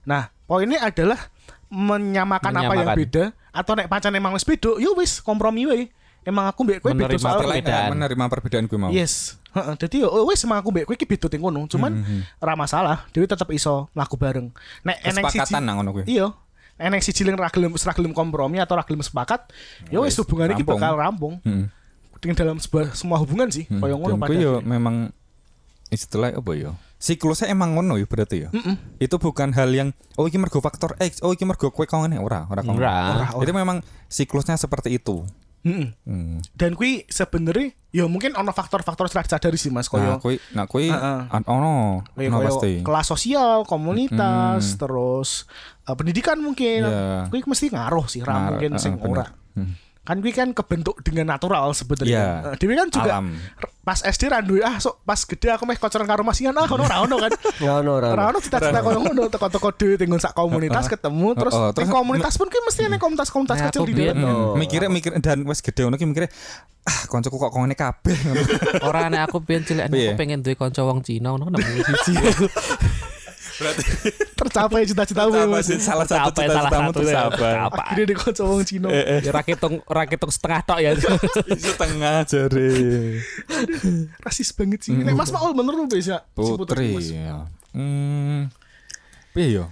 S4: Nah, poinnya adalah menyamakan, apa yang
S3: Menyamakan.
S4: beda atau nek pancen emang wis beda, yo wis kompromi wae. Emang aku mbek kowe beda
S3: Menerima
S4: soal
S1: Setelah
S3: Perbedaan.
S1: menerima perbedaan gue mau.
S4: Yes. Heeh, Jadi yo oh, wis emang aku mbek kowe iki beda teng kono,
S1: Hmm,
S4: cuman ra masalah, dhewe tetep iso mlaku bareng. Nek eneng siji
S1: Kesepakatan nang ngono kuwi.
S4: Iya. Eneng siji ling ra gelem ra gelem kompromi atau ra gelem sepakat, ya wis
S1: Wis,
S4: hubungane iki
S1: rampung.
S4: bakal rampung.
S1: Heeh.
S4: Dengan dalam sebuah, semua hubungan sih,
S1: Hmm.
S4: koyo ngono
S1: Dan
S4: pada.
S1: kuwi yo
S4: akhirnya.
S1: memang istilah apa yo? Siklusnya emang ngono ya berarti ya. Itu bukan hal yang oh iki mergo faktor X, oh iki mergo kowe kok ngene ora, ora kok. ngene.
S3: Ora.
S4: Ora.
S1: Itu memang siklusnya seperti itu.
S4: Mm-mm.
S1: Hmm.
S4: Dan kuwi sebenarnya ya mungkin ono faktor-faktor setelah sadari sih
S1: Nah,
S4: Mas koyo
S1: kuwi nah kuwi
S4: Heeh.
S1: an- ono,
S4: kayak-
S1: ono
S4: Iya, kayak
S1: pasti.
S4: kelas sosial, komunitas, terus eh, pendidikan mungkin.
S1: Iya.
S4: Kuwi mesti ngaruh sih, ra
S1: Nah,
S4: mungkin
S1: heeh,
S4: sing
S1: bener.
S4: ora.
S1: Hmm.
S4: kan gue kan kebentuk dengan natural
S1: Iya.
S4: sebenarnya. Yeah. Dewi kan juga
S1: Alam.
S4: r- pas SD randu ah sok pas gede aku meh kocoran karo Mas Ian ah kono ra ono kan.
S2: Ya ono ora.
S4: Ra ono cita-cita koyo ngono teko-teko dhewe tinggal sak komunitas ketemu terus
S1: Oh, oh,
S4: di
S1: terus-
S4: komunitas pun kuwi mesti nek komunitas-komunitas
S3: Nah,
S4: kecil
S3: aku
S4: di dalam.
S3: biyen-
S1: Hmm. Mikirnya mikir dan wes gede ngono ki mikirnya ah koncoku kok kok ngene kabeh ngono.
S3: Ora nek aku pengen cilik aku
S1: Piye?
S3: pengen duwe kanca wong Cina ngono nemu siji.
S4: Tercapai cita-citamu.
S1: Apa
S4: Mas.
S1: sih salah satu ya.
S3: Tercapai salah
S1: cita-citamu
S3: satu.
S1: tercapai.
S3: Apa?
S4: Akhirnya di konco wong Cina.
S1: Eh.
S3: Ya ra ketung ra ketung setengah tok ya.
S1: Isu tengah jari.
S4: Rasis banget sih. Nek Mas Maul bener lu bisa si
S1: Putri.
S4: Mas.
S1: ya. Hmm. Piye yo?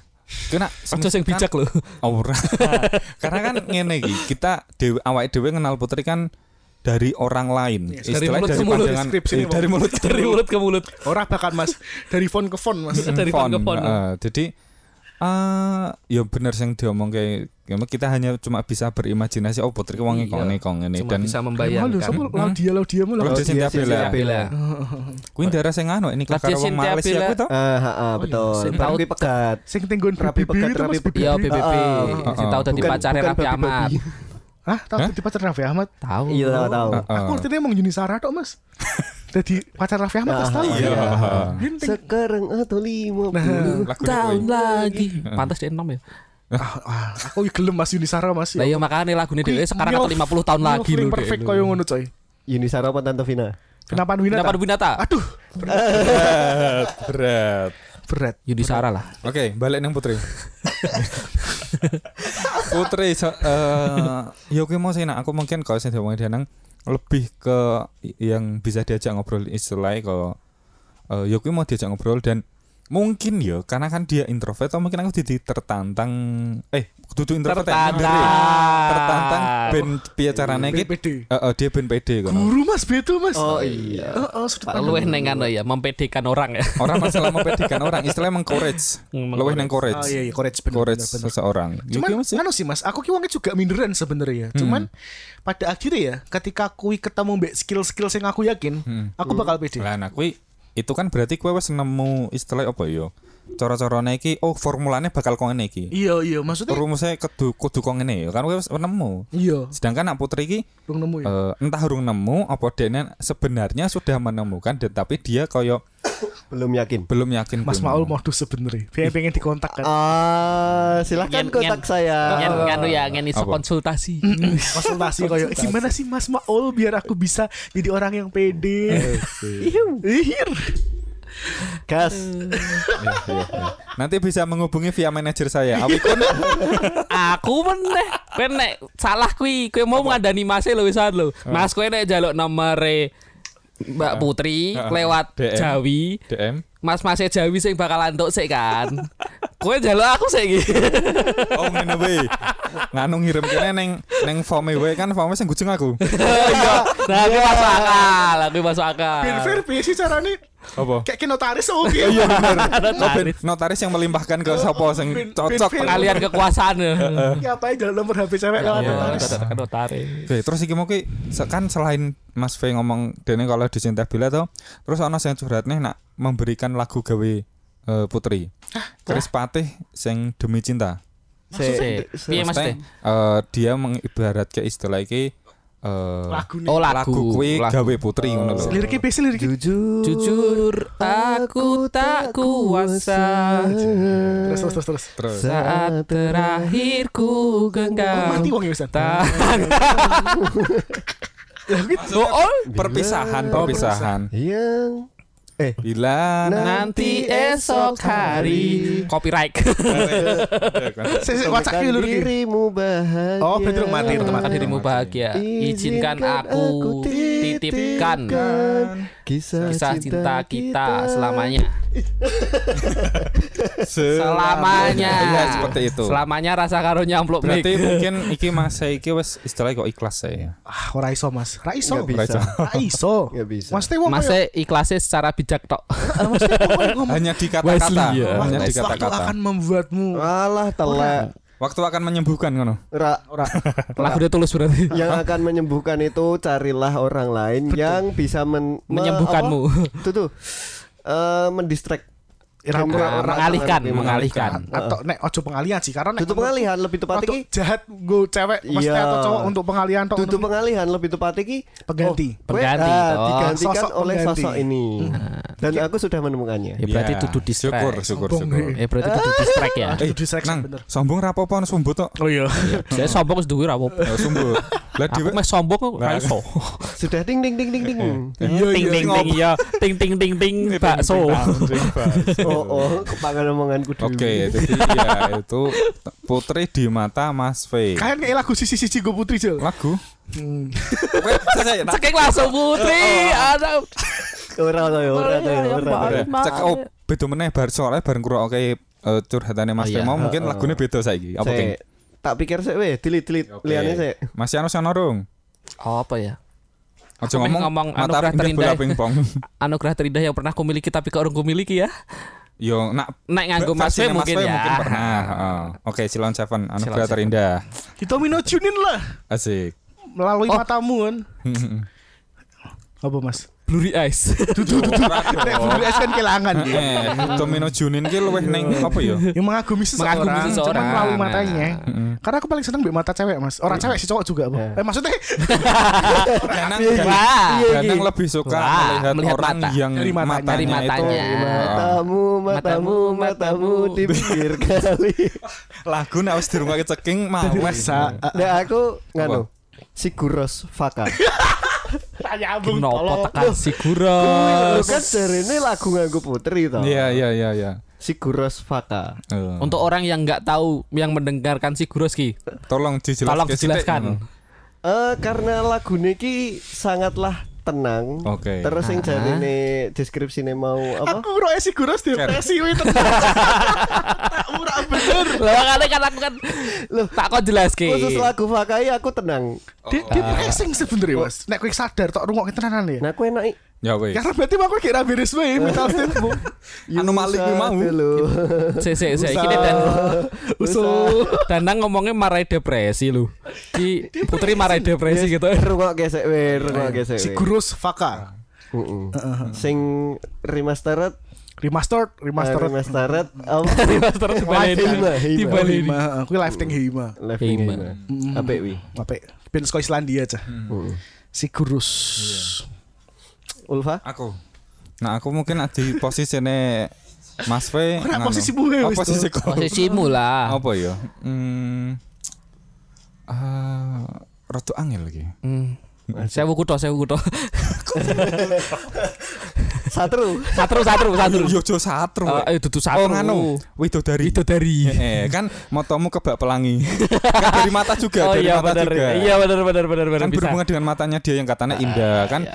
S1: Kena
S3: Aja sing bijak lho.
S1: Aura. Karena kan ngene iki, kita dewe awake dhewe kenal Putri kan dari orang lain.
S4: Yes,
S3: Iya,
S1: Istilahnya
S3: dari mulut
S1: dari
S3: ke mulut,
S1: pandangan-
S4: skripsi
S1: eh,
S4: ini,
S1: dari mulut ke
S3: Dari mulut ke mulut.
S4: Ora bahkan Mas dari font ke font Mas.
S3: Dari
S1: Font,
S3: font ke font.
S1: heeh. jadi eh ya bener sing diomong kayak kita hanya cuma bisa berimajinasi oh putri wong
S3: Iya.
S1: kone kone ini
S3: Cuma
S1: dan
S3: bisa
S4: Malu
S3: membayangkan.
S4: sapa Laudia Laudia mulu.
S1: Laudia
S2: Iya,
S1: Cynthia Bella. Kuwi daerah sing anu ini
S3: Lah, dia
S1: karo wong
S3: Cynthia
S1: Malaysia
S3: Bella.
S1: kuwi to.
S2: Ah, ha, ha,
S3: sing
S2: betul.
S3: tahu-
S2: Tapi pegat.
S4: Sing tenggon
S2: Rapi
S4: BBB
S2: pekat,
S4: itu, Mas,
S2: rapi pekat.
S4: BBB.
S3: Iya BBB.
S2: Heeh.
S3: Sing tau dadi
S2: Bukan-
S3: pacare
S2: bukan
S3: Raffi
S2: babi-babi.
S3: Ahmad.
S4: Hah, tahu di pacar Raffi Ahmad.
S3: Tahu.
S2: Iya tahu.
S3: Nah. Ah.
S4: Aku artinya emang Yuni Sarah tok mas Jadi pacar Raffi Ahmad
S3: Ah,
S4: pas tahu
S1: Iya.
S4: Ginting
S2: Sekarang atau lima
S3: Nah.
S1: Lagunya
S3: Tahun
S1: kuwi.
S3: lagi. Pantas dia enom ya.
S4: Ah, ah, Aku gelem mas Yuni Sarah mas
S3: Lah iya makane lagune dhewe sekarang atau 50 tahun lagi lho.
S4: lho perfect koyo ngono coy
S2: Yuni Saro apa Tante Vina?
S4: Kenapa Winata?
S3: Kenapa Winata?
S4: Aduh
S1: Berat, berat.
S4: Berat
S3: Yudisara lah.
S1: Oke, balik nang Putri. Putri, so, eh, ya oke mau sih, nah, aku mungkin kalau saya ngomongin dia nang lebih ke yang bisa diajak ngobrol istilahnya ke eh ya oke mau diajak ngobrol dan mungkin ya karena kan dia introvert atau mungkin aku jadi tertantang eh duduk introvert ya,
S3: Tertantang.
S1: bener ya. tertantang ben piye carane iki
S4: BPD
S1: eh, eh, dia ben pede kono
S4: Guru mas Beto mas
S2: Oh iya.
S4: Oh, oh, sudut
S3: Pak
S4: pandang.
S3: luweh neng anu ya, mempedekan orang ya.
S2: Eh.
S1: orang masalah mempedekan kan, orang istilahnya mengcourage
S3: Meng-
S1: lebih nang courage
S4: Oh iya iya courage bener,
S1: courage
S4: bener, bener.
S1: seseorang Ya
S4: Cuman
S1: oke, Mas, ya. Hmm.
S4: anu sih mas Aku ki wongnya juga minderan sebenarnya Cuman Pada akhirnya ya Ketika aku ketemu mbek skill-skill
S1: Hmm.
S4: yang aku yakin Aku bakal pede
S1: Lah nah kuwi itu kan berarti kowe wis nemu istilah apa yo? cara-carane iki oh formulanya bakal kok ngene iki.
S4: Iya iya maksudnya
S1: Rumusnya kudu kudu kok ngene ya. Kan kowe wis nemu.
S4: iya
S1: Sedangkan nak putri iki
S4: belum nemu ya.
S1: eh, entah urung nemu apa dene sebenarnya sudah menemukan tetapi dia koyo
S2: belum yakin
S1: belum yakin
S4: Mas
S1: belum
S4: Maul
S1: nemu.
S4: modus sebenernya Dia pengen dikontak kan
S2: ah
S3: Nyen,
S2: silahkan kontak
S3: nyen.
S2: saya
S3: Ngen nganu ya ngen iso
S1: Apa?
S3: konsultasi.
S4: konsultasi kayak gimana sih Mas Maul biar aku bisa jadi orang yang pede Iya.
S1: Iya.
S4: Ihir.
S2: gas
S1: Hmm. Nanti bisa menghubungi via manajer saya. Apikun
S3: Aku meneh. Kowe nek salah kuwi, kowe mau ngandani Mas lho wis lho. Mas kowe nek jaluk nomere Mbak Putri
S1: Heeh.
S3: lewat
S1: DM.
S3: Jawi,
S1: DM.
S3: Mas Mas Jawi sing bakal antuk sik kan. Kowe jaluk aku sik iki.
S1: Oh ngene wae. Nganu ngirim kene neng neng forme wae kan forme sing gujeng aku.
S3: Nah, aku masuk akal, aku masuk akal.
S4: Ben Fir piye sih carane
S1: Apa?
S4: kayak ke notaris oh, oke.
S1: Ah. Iya bener. Notaris. Notaris yang melimpahkan ke sapa sing
S4: Bin-
S1: cocok
S4: bin- bin-
S3: Pengalian kekuasaan.
S4: Ngapain jalan nomor HP cewek lewat
S1: Iya.
S4: notaris?
S1: Oke, terus iki mau ki se- kan selain Mas V ngomong dene kalau dicinta bila tuh, terus ono sing curhat nih nak memberikan lagu gawe eh, Putri. Chris Patih sing demi cinta.
S3: Se-
S2: Se-
S3: Piye Mas?
S1: Maksudnya, eh, dia mengibaratkan istilah iki eh,
S4: Lagu nih.
S3: Oh,
S1: lagu
S3: lagu.
S1: kuwi
S3: Lagu.
S1: gawe Putri ngono lho.
S4: Liriknya piye sih liriknya?
S2: jujur
S3: Jujur aku tak kuasa
S4: Terus terus terus terus.
S1: Terus
S3: saat terakhir ku
S4: Oh,
S3: genggam
S4: mati wong ya Wisan.
S3: tangan. Oh,
S1: perpisahan perpisahan
S2: yang eh
S1: bila
S3: Nah. nanti esok hari copyright.
S1: nah, kan.
S4: Sik sik
S2: temukan
S4: WhatsApp ki liriknya.
S2: dirimu bahagia
S4: Oh, berarti
S1: Iya.
S4: lu mati, lu
S3: Temukan dirimu bahagia. Izinkan aku titipkan
S2: kisah,
S3: kisah cinta kita selamanya.
S1: selamanya
S3: Selamanya.
S1: Iya, seperti itu
S3: Selamanya rasa karo nyampluk
S1: berarti
S3: mic.
S1: mungkin iki mas iki wes istilahnya kok ikhlas saya
S4: Ah, ora iso Mas. Ra iso.
S2: Nggak bisa.
S4: Ra iso.
S2: Nggak bisa.
S4: Maksudnya wong
S3: Mas ikhlasnya secara bijak tok.
S1: hanya di kata-kata
S3: Wesley, ya.
S1: hanya di
S4: waktu waktu
S1: kata-kata
S4: akan membuatmu
S2: alah telek
S1: waktu akan menyembuhkan ngono
S2: Ra-
S4: ora
S3: Lagu udah tulus berarti.
S2: yang akan menyembuhkan itu carilah orang lain yang bisa men, me-
S3: Menyembuhkanmu.
S2: apa? itu tuh eh mendistract
S4: Orang-
S2: Orang- orang-
S3: mengalihkan,
S2: orang-
S3: mengalihkan.
S4: atau nek ojo pengalian sih karena nek
S2: tutup pengalihan lebih tepat
S4: Atau
S2: iki
S4: jahat gue cewek maksudnya
S2: Iya.
S4: atau cowok untuk pengalian tok
S2: tutup pengalihan lebih tepat iki
S4: Pengganti.
S2: oh, gue,
S3: Pengganti,
S2: ah,
S3: toh.
S2: digantikan
S4: Sosok
S2: oleh
S4: pengganti.
S2: sosok ini dan aku sudah menemukannya
S3: Ya berarti
S1: Ya,
S3: itu di
S1: syukur syukur
S4: Sombong,
S1: syukur
S4: iya.
S3: Eh berarti itu distrack ya.
S1: eh
S4: Itu distraction,
S1: nang
S4: bener.
S1: sombong rapopo sumbu tok
S4: oh iya
S3: Saya sombong wis duwe ra apa-apa.
S1: Eh, sumbu lah
S3: Aku
S1: dhewe
S3: meh sombong kok
S1: Lah,
S3: ra iso.
S2: sudah ding ding ding ding ding
S4: Iya,
S3: Ting ting ting ya, ting ting ting Iya, ting bakso.
S2: oh oh kepangan omonganku
S4: oh.
S2: dulu
S1: Oke, jadi ya itu putri di mata Mas V.
S4: kalian kayak lagu sisi sisi gue putri jel
S1: Lagu?
S4: Hmm.
S1: Oke, saya tak-
S3: Cekek langsung putri. Ada
S2: ora to ya ora to ya
S3: Ora,
S2: ora to
S1: Ora,
S2: ya.
S3: Maaf.
S1: cek oh beda meneh bar soalnya bareng kurang oke eh, curhatane Mas
S3: Oh, iya.
S1: Temo mungkin lagunya beda saiki. Apa
S2: Sik,
S1: King?
S2: tak pikir sik weh dilit dilit
S1: Oke.
S2: liyane sik
S1: Mas Yano sono rung.
S3: apa ya?
S1: Aja
S3: Aku
S1: ngomong,
S3: pengen ngomong
S1: mata
S3: anugerah
S1: pinggir bola
S3: terindah.
S1: pingpong.
S3: Anugerah terindah yang pernah kumiliki tapi kau orang kumiliki ya.
S1: Yo nak
S3: Naik nganggo Mas
S1: versinya
S3: V mungkin ya.
S1: pernah. heeh. Oke, Silon Seven anugerah
S3: Silon Seven.
S1: terindah.
S4: kita mino Junin lah
S1: Asik.
S4: melalui
S3: Oh.
S4: matamu kan apa mas
S3: Blurry eyes.
S4: nek Blue Eyes kan kelangan ya.
S3: Iya.
S1: Eh, Domino Junin ki luweh ning
S4: Iya.
S1: apa ya?
S4: yang mengagumi seseorang, Nah,
S3: Mengagumi seseorang.
S4: cuman melalui matanya
S1: Heeh.
S4: karena aku paling seneng mbak mata cewek mas orang cewek sih cowok juga apa eh maksudnya
S1: Danang
S3: Iya. Wah.
S1: Danang lebih suka
S3: Wah,
S1: melihat,
S3: melihat
S1: orang
S3: mata.
S1: yang
S4: Dari matanya.
S1: matanya,
S3: Dari matanya.
S1: itu Heeh.
S2: matamu matamu matamu di pinggir kali
S1: lagu nek wis dirungokake ceking mau
S4: masa
S2: nah aku nganu si Guros Faka
S4: tanya abung
S3: Kenapa tekan si
S2: Lu
S3: Guros?
S2: kan jarene lagu nganggo putri to
S1: Iya iya iya iya.
S2: si Guros Faka
S1: Eh,
S3: Untuk orang yang nggak tahu yang mendengarkan si Guros ki,
S1: tolong dijelaskan.
S3: tolong
S1: sithik.
S3: dijelaskan.
S2: Eh karena lagu niki sangatlah tenang.
S1: Oke.
S2: Terus yang
S3: Ah.
S2: jadi ini deskripsinya mau apa?
S4: aku roe si Guros depresi wih murah bener
S3: Lah makanya kan aku kan tak kau jelaske.
S2: Khusus lagu Fakai aku tenang.
S4: dia depresi sebenernya mas nek gue sadar tok rungok tenanan ya
S2: Nah, aku enak. i-
S1: Ya weh.
S4: Karena berarti aku kira beres wae mental statementmu.
S1: Anomali kuwi Anu mau.
S2: Dulu.
S3: Si si si iki dan
S2: Usul.
S3: Danang ngomongnya marai depresi lu. Ki Putri marai depresi gitu.
S2: Rungok gesek we, rungok gesek
S4: Si
S2: we.
S4: Gurus Faka.
S2: Mm-mm. Sing remastered eh,
S4: Remastered, Nah, remastered.
S2: Remastered apa?
S3: Remaster
S4: Live
S3: dibaleni.
S4: Hima,
S2: Hima.
S3: Dibaleni.
S4: Hima, eh, Kuwi live ting Hima.
S2: Left
S3: Hima.
S2: Hima. Apik wi.
S4: Apik. Ben saka Islandia cah. Sigurus. Iya.
S2: Ulfa?
S1: Aku. Nah, aku mungkin di posisine Mas V.
S4: Ora
S1: nganu.
S4: posisimu we,
S1: Oh,
S4: wis
S1: posisiku.
S3: Posisimu lah.
S1: Apa ya? Hmm. Ah, rada angel lagi.
S3: Hmm. Sewu kutho, sewu kutho.
S2: Satru.
S3: Satru, satru, satru.
S1: Yo jo satru.
S3: Eh,
S1: wek.
S3: eh, dudu
S1: Oh,
S3: satru.
S1: nganu. Widodari.
S3: Widodari.
S1: Eh, kan motomu kebak pelangi. kan dari mata juga,
S3: Oh
S1: dari
S3: iya
S1: mata
S3: benar.
S1: juga.
S3: Iya benar benar
S1: kan
S3: benar benar bisa. Ah, iya,
S1: berhubungan dengan matanya dia yang katanya indah kan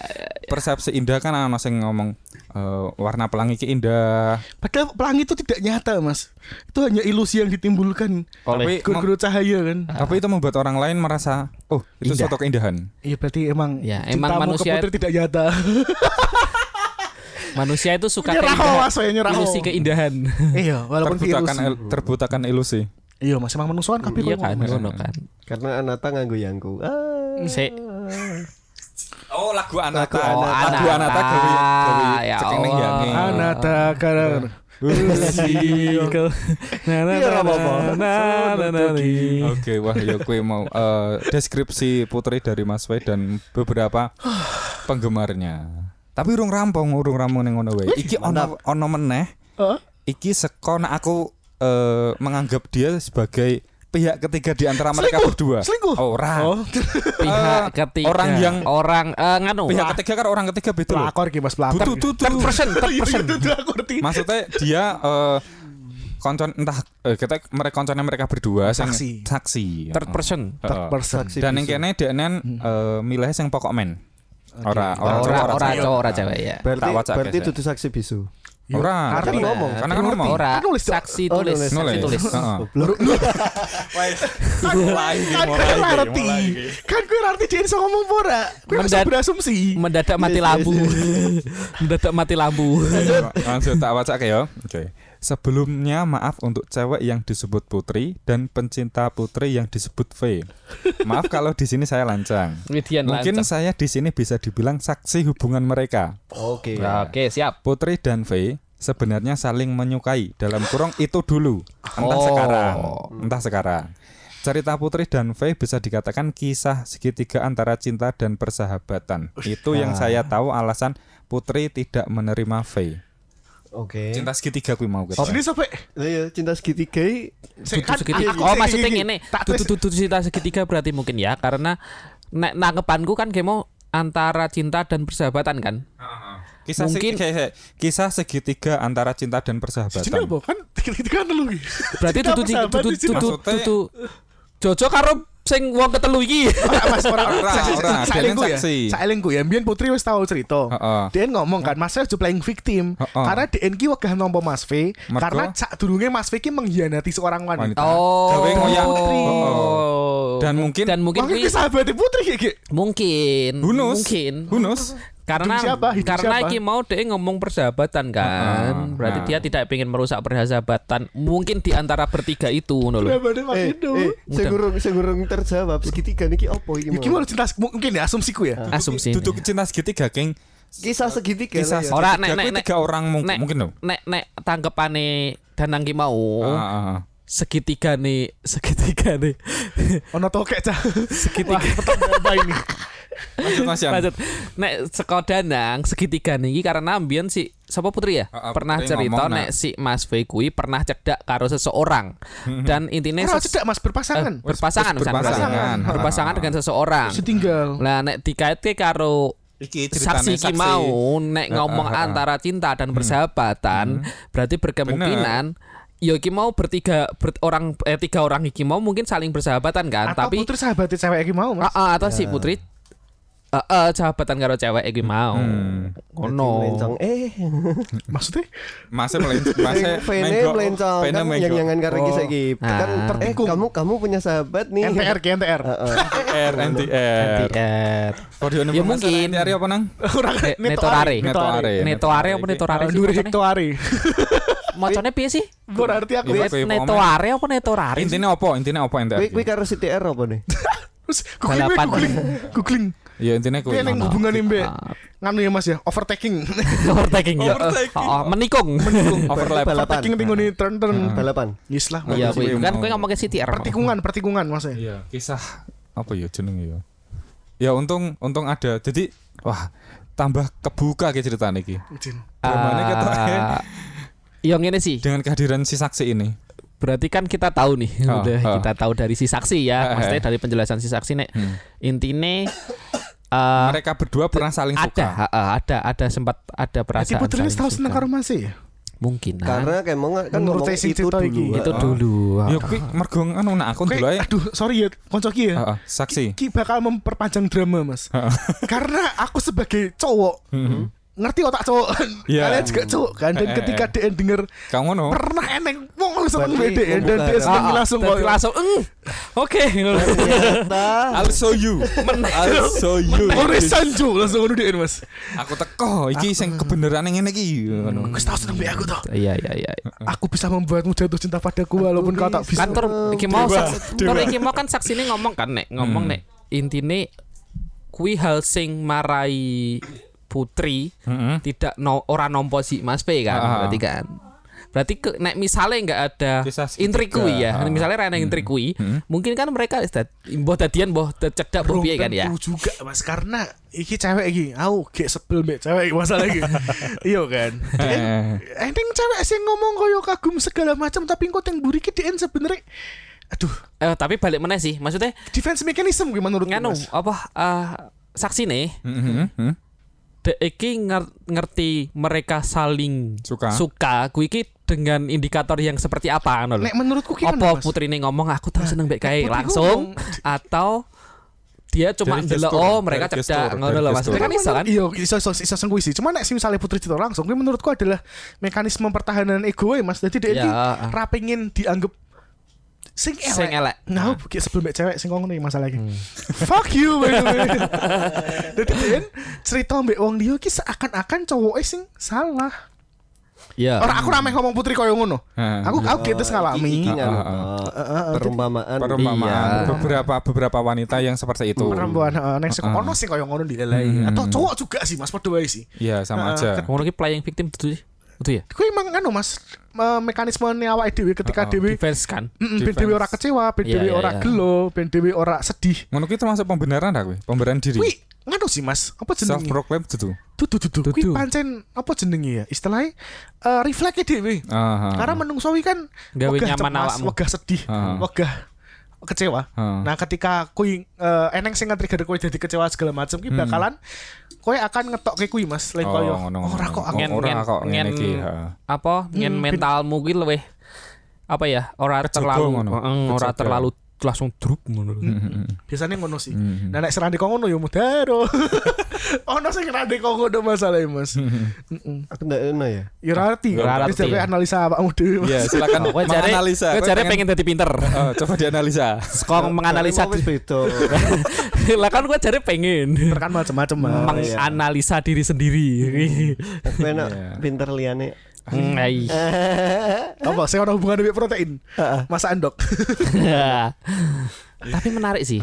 S1: persepsi indah kan ana sing ngomong eh, warna pelangi ki indah
S4: Padahal pelangi itu tidak nyata, Mas. Itu hanya ilusi yang ditimbulkan
S1: Oleh-
S4: guru-guru cahaya kan.
S1: tapi itu membuat orang lain merasa oh itu
S3: Ah. Indah.
S1: suatu keindahan
S4: Iya berarti emang
S3: Ya,
S4: cintamu
S3: emang manusia-
S4: ke putri tidak nyata.
S3: Manusia itu suka
S4: Nyerah kok, Mas, saya nyerah.
S3: ilusi
S4: kok.
S3: keindahan.
S4: Iya, walaupun ki
S1: terbutakan
S4: ilusi.
S1: il- terbutakan ilusi
S4: Iya, Mas emang menungsoan kabeh
S3: Iya
S4: kok.
S3: kan,
S4: Mas.
S3: ngono kan.
S2: Karena Anata nganggo yangku. Ah.
S4: Iya,
S3: Sik.
S1: oh lagu anata
S3: Oh,
S1: lagu anata
S3: Anata.
S1: gawe gawe
S3: Ya
S1: cekeng ning
S3: Allah.
S1: yangi.
S4: Ah, Anata karar.
S2: Iya, nggak apa-apa.
S1: Oke, wah ya kue mau eh, deskripsi putri dari Mas Wei dan beberapa penggemarnya. Tapi urung rampung, urung rampung ning ngono wae. Iki ono ono meneh.
S4: Heeh.
S1: Iki sekon aku eh, menganggap dia sebagai pihak ketiga di antara mereka
S4: Selingkuh,
S1: berdua.
S4: selingkuh.
S1: Orang.
S4: Oh,
S3: Pihak
S1: Eh,
S3: ketiga.
S1: orang yang-
S3: orang eh, nganu.
S1: Pihak ketiga kan orang ketiga betul. loh.
S4: pelakor ki Mas pelakor.
S1: Butuh tuh
S3: Third person, third
S4: Iya,
S3: person.
S4: Itu tuh aku ngerti.
S1: Maksudnya dia eh koncon entah eh, kita mereka konconnya mereka berdua sing-
S4: Saksi.
S1: saksi. Oh.
S3: Third person.
S1: Heeh.
S4: Third person.
S2: Saksi
S1: Dan yang
S2: bisu.
S1: kene deknen eh milih sing pokok men. Ora ora
S3: Orang
S1: cowok,
S3: orang
S1: cewek.
S3: cowok orang cewek ya.
S2: Berarti
S1: Tak wacak,
S2: berarti
S1: guys, ya.
S2: dudu saksi bisu.
S1: Ora,
S4: Arti
S1: kan
S2: ngomong.
S1: Karena kan ngomong.
S3: Ora.
S4: Kan nulis, Dok.
S3: Nah, Saksi tulis, saksi tulis.
S1: Heeh.
S2: Oh, Goblok.
S1: Mulai iki,
S4: Kan
S1: mulai
S4: gue
S1: iki,
S4: ngerti.
S1: mulai iki.
S4: Kan gue ngerti dia bisa ngomong pora. Gue bisa
S3: Mendat-
S4: berasumsi.
S3: Mendadak mati lampu. Mendadak mati lampu.
S1: Langsung tak wacake ya. Oke. Sebelumnya maaf untuk cewek yang disebut Putri dan pencinta Putri yang disebut V. Maaf kalau di sini saya lancang.
S3: Median
S1: Mungkin
S3: lancang.
S1: saya di sini bisa dibilang saksi hubungan mereka.
S2: Oke.
S4: Iya.
S3: Ya, Oke, siap.
S1: Putri dan V sebenarnya saling menyukai dalam kurung itu dulu entah
S3: Oh.
S1: sekarang entah sekarang cerita Putri dan V bisa dikatakan kisah segitiga antara cinta dan persahabatan itu yang saya tahu alasan Putri tidak menerima V
S2: Oke.
S1: cinta segitiga aku mau kita
S4: Jadi sampai
S2: Iya, cinta segitiga i-
S3: Tutu
S4: Sik, kan
S3: segitiga.
S4: aku
S3: Oh,
S4: sik,
S3: maksudnya
S4: iki,
S3: ngene.
S4: Tak tulis
S3: Tutu cinta segitiga berarti mungkin ya karena nek nangkepanku kan kemo antara cinta dan persahabatan kan.
S4: Ah.
S1: kisah
S3: Mungkin-
S1: segitiga, kisah segitiga antara cinta dan
S4: Jadi
S1: persahabatan
S4: apa kan tiga-tiga kan lu. iki.
S3: Berarti
S4: Kita
S3: tutu
S4: persahabatan
S3: tutu
S4: di sini.
S3: tutu
S1: Maksudnya-
S3: tutu Jojo karo sing wong ketelu iki.
S4: Ora, Mas ora
S1: Ora,
S4: saksi
S1: ora,
S4: saeling
S1: dia
S4: ya.
S1: saksi.
S4: Saeling ya. Mbiyen Putri wis tau cerita.
S1: Heeh.
S4: Dia ngomong kan Mas saya juga playing victim
S1: Heeh.
S4: karena DN ki wegah nampa Mas V
S1: Mergo?
S4: karena sak durunge Mas V ki mengkhianati seorang wanita.
S1: Wanita. Gawe ngoyak. Heeh. dan mungkin
S3: Oh, Dan mungkin
S4: Mungkin
S3: kuwi-
S4: sahabatnya Putri iki.
S3: mungkin
S1: Hunus
S3: mungkin
S1: Hunus
S3: karena
S4: Hidup siapa? Hidup
S3: karena
S4: siapa? Ah,
S3: iki mau dia ngomong persahabatan kan
S1: Heeh.
S3: berarti
S1: Nah.
S3: dia tidak ingin merusak persahabatan mungkin di antara bertiga itu ngono lho.
S4: Sahabatnya Mas
S2: Eh,
S4: Indo.
S2: eh,
S3: Udah.
S2: segurung segurung terjawab segitiga niki opo iki?
S4: Iki
S2: mau?
S4: mau cinta mungkin ya asumsiku ya.
S3: asumsi
S1: duduk cinta segitiga King
S2: Kisah segitiga.
S1: kisah
S2: lah ya.
S3: Ora,
S1: segitiga
S3: nek, nek,
S1: kuwi
S3: nek.
S1: tiga orang mung-
S3: nek
S1: mungkin loh
S3: nek nek tanggepane Danang ki mau
S1: Ah, ah, ah.
S3: segitiga nih segitiga nih Eh.
S4: Ono tokek cah. Segitiga. apa ini?
S1: lanjut Mas Yan.
S3: lanjut nek seko Danang segitiga nih iki karena ambien si sapa putri ya
S1: Ah, ah,
S3: pernah
S1: Putri
S3: cerita
S1: ngomong,
S3: nek
S1: nak.
S3: si Mas V kui pernah cedak karo seseorang dan intinya
S4: Ora
S3: ses-
S4: cedak Mas berpasangan.
S3: Eh, berpasangan
S1: Wes, Hmm. berpasangan.
S3: berpasangan
S1: Berpasangan.
S3: berpasangan dengan seseorang
S4: Setinggal.
S3: nah nek dikaitke karo
S1: Iki ceritane
S3: saksi iki mau nek ngomong
S1: ah, ah, ah.
S3: antara cinta dan persahabatan berarti berkemungkinan yo iki mau bertiga ber- orang eh tiga orang iki mau mungkin saling bersahabatan kan
S4: Atau
S3: tapi
S4: Putri sahabatnya cewek iki mau Mas.
S3: Ah, ah, atau si putri eh eh, sahabatan karo cewek iki mau ngono
S2: Melencong. Eh,
S4: Maksudnya
S1: Mase melencong, mase
S2: Vene
S1: menggok.
S2: melencong.
S1: Vene
S2: Kan
S1: menggok.
S2: yang-yangan karo iki
S1: Oh,
S2: saiki. Kan
S3: Ah.
S2: ter- eh, kamu kamu punya sahabat nih.
S3: Iya.
S4: NTR ke
S3: Eh,
S4: NTR.
S2: Heeh.
S1: Oh, R NTR.
S3: NTR.
S1: For the information,
S3: Ya mungkin.
S1: NTR apa nang? ya.
S4: Ora
S3: Eh, netorare
S1: Netorare.
S3: netoare apa netorare sih
S4: Duri
S3: macane?
S4: Hektoari.
S3: macane piye sih
S4: Berarti aku
S1: Iya.
S3: ya.
S4: Mas.
S1: Oke, pokoknya-
S3: netoare apa netorare
S1: Intinya apa? Intinya apa NTR?
S2: Kuwi kuwi karo si TR apa nih?
S4: terus googling
S3: Balapan.
S4: googling googling
S1: Ya intinya kuwi.
S4: Kayak yang
S3: Ono.
S4: hubungan mbek
S3: Ah.
S4: nganu ya Mas ya, overtaking.
S3: overtaking ya.
S1: Overtaking.
S3: Oh, oh, menikung.
S1: Overlap.
S2: Balapan.
S4: overtaking tinggal nih turn turn.
S2: Balapan.
S4: Yes lah.
S1: Iya.
S3: Iya, kuwi
S1: Iya,
S3: kan
S1: mau.
S3: kowe ngomongke CTR.
S4: Pertikungan, pertikungan Mas ya.
S1: Iya, kisah apa ya jenenge ya. Ya untung untung ada. Jadi wah tambah kebuka ke cerita iki.
S4: Izin.
S1: Dramanya ketoknya
S3: Ah, Iya ngene sih.
S1: dengan kehadiran si saksi ini.
S3: Berarti kan kita tahu nih,
S1: Oh,
S3: udah
S1: oh.
S3: kita tahu dari si saksi ya,
S1: Eh,
S3: maksudnya
S1: eh.
S3: dari penjelasan si saksi nek
S1: Hmm.
S3: intine eh,
S1: Mereka berdua pernah saling
S3: ada
S1: suka.
S3: ha, ha, ada ada sempat ada
S4: Jadi
S3: perasaan
S4: putrinya
S3: saling
S4: tahu
S3: suka.
S4: seneng karo Mas ya.
S3: mungkin nah.
S2: Karena Ah. kayak mau kan
S4: Menurut
S2: ngomong
S4: saya sih
S2: itu
S4: cerita
S2: dulu.
S4: iki.
S2: Wak.
S3: itu dulu
S1: Ya kuwi mergo anu nak akun dulu
S4: Kayak,
S1: ae.
S4: aduh, sorry ya, konco ki ya.
S1: Heeh, saksi.
S4: Ki bakal memperpanjang drama, Mas.
S1: Heeh.
S4: Karena aku sebagai cowok
S1: Hmm.
S4: ngerti otak cowok
S1: Iya.
S4: kalian juga cowok kan dan
S1: Eh, eh,
S4: ketika
S1: eh.
S4: dia denger
S1: Kamu ngono.
S4: pernah eneng wong seneng BDE
S2: Berarti
S4: dan
S2: membuka
S4: dia
S2: ada-
S4: seneng
S3: Ah, ah,
S4: langsung
S3: tapi
S4: kok
S3: langsung "Eng, oke
S2: Ternyata
S1: I'll show you. I'll show you.
S4: Ore Sanjo langsung ngono dia Mas.
S1: Aku teko iki sing kebenaran yang ngene iki. Ngono.
S3: Hmm.
S4: Aku tahu seneng mbek aku toh.
S3: iya iya iya
S4: Aku bisa membuatmu jatuh cinta padaku walaupun kau tak bisa.
S3: kan tur iki mau saks- tur iki mau kan saksi ini ngomong kan nek ngomong nek intine kui hal sing marai putri
S1: Heeh.
S3: tidak no, orang nompo si Mas P kan
S1: Ah, ah.
S3: berarti kan berarti ke, nek misalnya nggak ada
S1: Kisah segitiga.
S3: intrik kui ya
S1: Ah.
S3: misalnya rene intrik kui mungkin kan mereka is dat- mbah dadian mbah da- cedak mbah
S4: Belum
S3: piye kan ya
S4: tentu juga Mas karena iki cewek iki aku gak sebel mbek cewek iki masalah iki. Iya kan. Dia-
S1: Eh.
S4: Ending cewek sih ngomong koyo kagum segala macam tapi engko teng mburi ki dia sebenarnya aduh
S3: Eh, tapi balik mana sih maksudnya
S4: defense mechanism gimana menurut
S3: nganu
S4: Mas?
S3: apa eh, saksi nih
S1: Heeh, heeh.
S3: dek iki nger- ngerti mereka saling
S1: Suka.
S3: suka kui iki dengan indikator yang seperti apa ngono lho.
S4: Nek menurutku ki
S3: apa
S4: ngono, Mas. Nah,
S3: putri ini ngomong aku tau seneng baik kayak
S4: putri
S3: langsung
S4: ngomong.
S3: atau dia cuma
S1: Dari
S3: ndelok
S1: gestur,
S3: oh mereka
S1: dari
S3: cerdak
S1: gestur,
S3: ngono
S1: dari
S3: lho Mas.
S1: gestur.
S3: Kan iso kan?
S4: Iya, iso iso iso sengku isi. Cuma nek si misalnya putri cerita langsung, kuwi menurutku adalah mekanisme pertahanan ego ya, Mas. Jadi dia
S3: Ya.
S4: iki ra pengen dianggap sing elek.
S3: Sing elek. Ah. Hmm.
S4: Nah, aku ki sebelum mbek cewek sing ngomong iki masalah iki. Fuck you by the way. Jadi dia cerita mbek wong dia ki seakan-akan cowoknya sing salah.
S3: Iya.
S4: Orang aku ramai ngomong putri koyo ngono.
S1: Heeh.
S4: Aku aku gitu
S2: Iki-
S4: ngalami.
S2: iki nganu,
S1: Ah, ah,
S2: Pak.
S4: Heeh,
S2: kan. Perumpamaan.
S1: perumpamaan
S3: Iya.
S1: beberapa beberapa wanita yang seperti itu.
S4: Perempuan heeh, neng sing ono sing koyo ngono dilelai. Atau cowok juga sih, Mas, padha wae sih.
S1: Iya, sama
S4: Ah,
S1: aja.
S3: Ngono iki playing victim itu sih. Itu ya.
S4: Kuwi emang anu Mas, me- mekanisme ni awake dhewe ketika dhewe
S3: Defense kan.
S4: Mm, ben
S1: Defense.
S4: dhewe ora kecewa, ben
S3: Iya,
S4: dhewe
S3: iya,
S4: ora
S3: iya.
S4: gelo, ben dhewe ora sedih.
S1: Ngono kuwi termasuk pembenaran dah kuwi, pembenaran diri. gitu.
S4: Kuwi ngono sih Mas, apa
S1: Self
S4: jenenge?
S1: proclaim itu.
S4: Dudu dudu. Kuwi
S3: Dudu.
S4: pancen apa jenenge ya? Istilahnya eh refleks dhewe.
S1: Heeh.
S4: Karena menungso iki kan
S3: Ah. Gawe
S4: wegah
S3: nyaman
S4: cemas,
S3: awakmu.
S4: wegah sedih,
S1: Ah.
S4: wegah kecewa.
S1: Ah.
S4: Nah, ketika kuwi eh, eneng sing nge-trigger kuwi jadi kecewa segala macam kuwi
S3: Hmm.
S4: bakalan kowe akan ngetokke kuwi
S1: Oh,
S4: Mas,
S3: Oh,
S4: lain koyo "Oh, ora kok aku
S3: Ngen,
S1: Ora
S3: ngen,
S1: kok ngene
S3: ngen.
S1: iki, heeh.
S3: Apa ngen
S4: Hmm,
S3: mentalmu ki luwih apa ya? Ora
S1: Kejaga
S3: terlalu
S1: ngono.
S3: Heeh, ora
S1: Kejaga.
S3: terlalu langsung drop ngono
S4: Hmm,
S3: lho.
S4: biasanya ngono sih.
S1: Hmm.
S4: Nah, nek serande kok ngono ya mudaro. ono sing serande kok ngono masalahe Mas.
S1: Mm-hmm.
S2: Aku ndak enak ya.
S4: Ya ora arti
S3: Ora
S4: kan. Wis
S3: arti.
S4: dhewe analisa awakmu dhewe.
S1: Iya,
S4: Mas.
S1: silakan
S3: Kowe jare
S1: menganalisa.
S3: kowe
S1: Kowe
S3: jare
S1: pengen-
S3: pengen dadi pinter.
S1: Eh, coba dianalisa.
S3: Kok menganalisa
S2: Tapi mau wis beda.
S3: lah kan gue cari pengen
S4: Kan macam-macam Mas.
S1: Mm-hmm.
S3: menganalisa diri sendiri
S2: Aku enak
S1: Iya.
S2: pinter liane.
S3: Ngai.
S2: iya.
S4: Apa sing ono hubungan dengan protein? Masakan dok.
S3: tapi menarik sih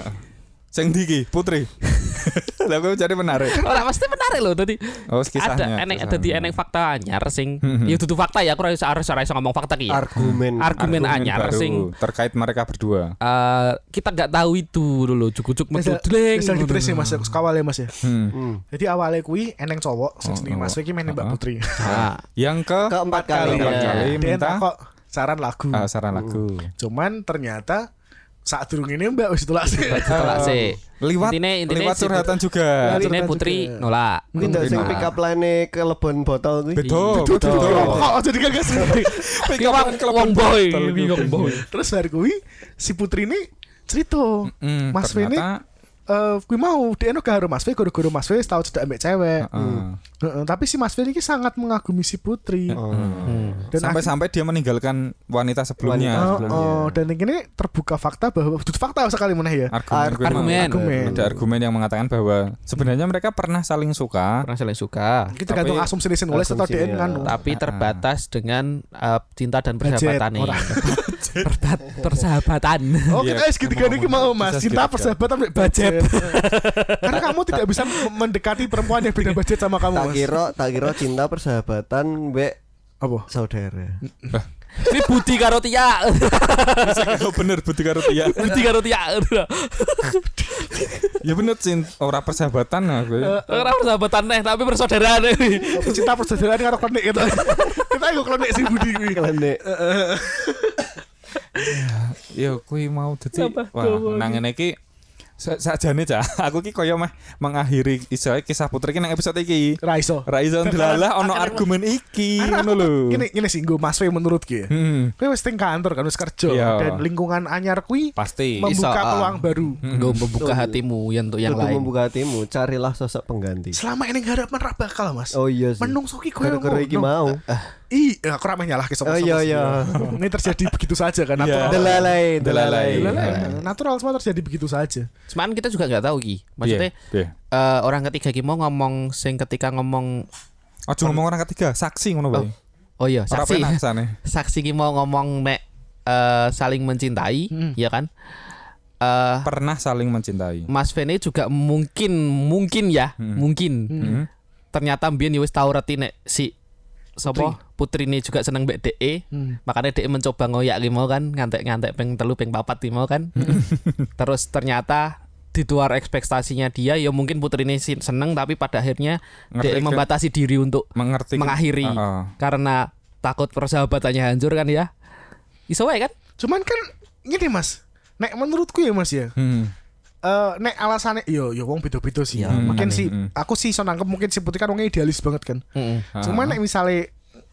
S1: Sing ndi iki, Putri? Lah kowe cari menarik.
S3: Ora mesti menarik loh tadi.
S1: Oh, kisahnya.
S3: Ada enek
S1: kisahnya.
S3: ada di enek fakta anyar sing ya dudu fakta ya aku harus harus ora iso ngomong fakta ki. ya.
S2: Argumen.
S3: Argumen anyar
S1: baru
S3: sing
S1: terkait mereka berdua.
S3: eh, kita nggak tahu itu dulu cukup-cukup metu dling.
S4: Bisa ditrace ya, Mas, ya, kawale Mas ya.
S1: Hmm.
S2: Hmm.
S4: Jadi awalnya kuwi eneng cowok
S1: Oh,
S4: sing jenenge Mas
S1: oh.
S4: iki main Mbak
S1: Ah.
S4: Putri.
S3: Nah,
S1: Yang ke
S2: Keempat kali.
S1: Keempat
S2: ya.
S1: kali.
S4: Dia
S1: minta-
S4: kok saran lagu.
S1: Ah, saran lagu.
S4: Cuman ternyata saat durung ini Mbak wis ditolak sih.
S3: setelah sih.
S1: Liwat
S3: Intine- intine
S1: liwat
S3: si-
S1: curhatan juga.
S4: Lali-
S3: Intine putri nolak.
S2: Kuwi ndak sing
S3: Nolak.
S2: pick up line kelebon botol kuwi.
S1: Betul, Oh,
S4: Duh,
S1: betul.
S4: Kok jadi gagas.
S3: Ki wong wong boy, ki wong boy.
S4: Terus hari kuwi si Putri ini cerita
S1: Mm,
S4: Mas V ini
S1: ternyata-
S4: eh kuwi mau dia no karo Mas V gara-gara Mas V tau cedak ambek cewek.
S1: Heeh.
S4: Heeh, tapi si Mas Ferry ini sangat mengagumi si Putri.
S2: Oh.
S4: Dan
S1: Sampai-sampai dia meninggalkan wanita sebelumnya.
S4: Oh,
S1: sebelumnya.
S4: oh, dan ini terbuka fakta bahwa fakta sekali mana ya.
S1: Argumen, gue mau-
S3: argumen.
S4: Argumen.
S1: Ada argumen yang mengatakan bahwa sebenarnya mereka pernah saling suka.
S3: Pernah saling suka.
S4: Kita tergantung
S1: Tapi-
S4: asumsi di nulis atau
S2: asumsi,
S4: DN
S2: ya.
S4: kan.
S3: Tapi terbatas dengan eh, cinta dan
S4: Budget,
S3: persahabatan nih.
S4: orang.
S3: Perta- persahabatan.
S4: Oh
S1: Iya,
S4: kita segitiga ini mau
S1: ngomong-ngomong,
S4: mas
S1: kita
S4: Cinta
S1: segitiga.
S4: persahabatan ambil budget Karena kamu tidak bisa mem- mendekati perempuan yang beda budget sama kamu
S2: tak
S4: mas
S2: kira tak kira cinta persahabatan mbek
S4: Apa?
S2: saudara
S3: Ini Budi karo Tia.
S1: oh, bener Budi karo Tia.
S3: Budi karo Tia.
S1: ya bener Cin, ora persahabatan nah, gue.
S3: Ora persahabatan neh, tapi persaudaraan.
S4: Cinta persaudaraan karo klonik gitu Kita ikut klonik sih Budi kuwi.
S2: Klenik.
S1: Ya kui mau dadi wah nang ngene iki sa- sajane cah. Aku ki koyo meh mengakhiri iso kisah putri ki nang episode iki.
S4: Raiso
S1: Ra iso ndelalah ono argumen
S2: Iya,
S1: iki ngono lho.
S4: Gini, gini sih gue mas Fe menurut gue
S1: Hmm,
S4: Gue wis ting kantor kan wis kerja
S1: Iya.
S4: Dan lingkungan anyar kui
S1: pasti.
S4: Membuka
S3: Iso, ah.
S4: peluang baru
S2: Hmm.
S3: Gue membuka hatimu yang untuk yang
S2: Kudu
S3: lain.
S2: membuka hatimu, carilah sosok pengganti.
S4: Selama ini gak ada ra bakal mas
S2: Oh iya sih.
S4: Menung soki koyo
S2: Gara-gara iki
S4: ngono.
S2: mau.
S4: Ih, aku ramah nyalah ke
S2: Oh, iya, iya.
S4: ya. Ini terjadi begitu saja kan
S1: Iya.
S4: natural.
S2: Delalai, delalai.
S1: Delalai.
S4: Lah, Natural semua terjadi begitu saja.
S3: Cuman kita juga nggak tahu Ki. Maksudnya
S1: Piye? Piye?
S3: eh, orang ketiga Ki mau ngomong sing ketika ngomong
S1: Ojo ngomong orang ketiga, saksi ngono bae.
S3: oh iya
S1: Ora
S3: saksi.
S1: penak kesane.
S3: saksi Ki mau ngomong mek eh, saling mencintai, ya kan? Eh
S1: Pernah saling mencintai.
S3: Mas Vene juga mungkin mungkin ya, mungkin.
S4: Hmm.
S3: Ternyata Mbien ya wis tau reti nek si sapa putri ini juga seneng mbek e. DE.
S4: Hmm.
S3: Makanya DE mencoba ngoyak ki mau kan, ngantek-ngantek ping telu ping papat ki mau kan. Terus ternyata di luar ekspektasinya dia ya mungkin putri ini si- seneng tapi pada akhirnya
S1: Ngerti
S3: DE
S1: kan?
S3: membatasi diri untuk
S1: Mengerti.
S3: mengakhiri
S1: Heeh.
S3: karena takut persahabatannya hancur kan ya. Iso wae kan?
S4: Cuman kan gini Mas. Nek menurutku ya Mas ya.
S1: Hmm.
S4: Eh nek alasannya yo yo wong beda-beda sih.
S2: Iya,
S3: Ya,
S4: mungkin
S3: makanya.
S4: sih
S2: hmm.
S4: aku sih iso nangkep mungkin si Putri kan wongnya idealis banget kan.
S3: Heeh.
S4: Cuman nek misalnya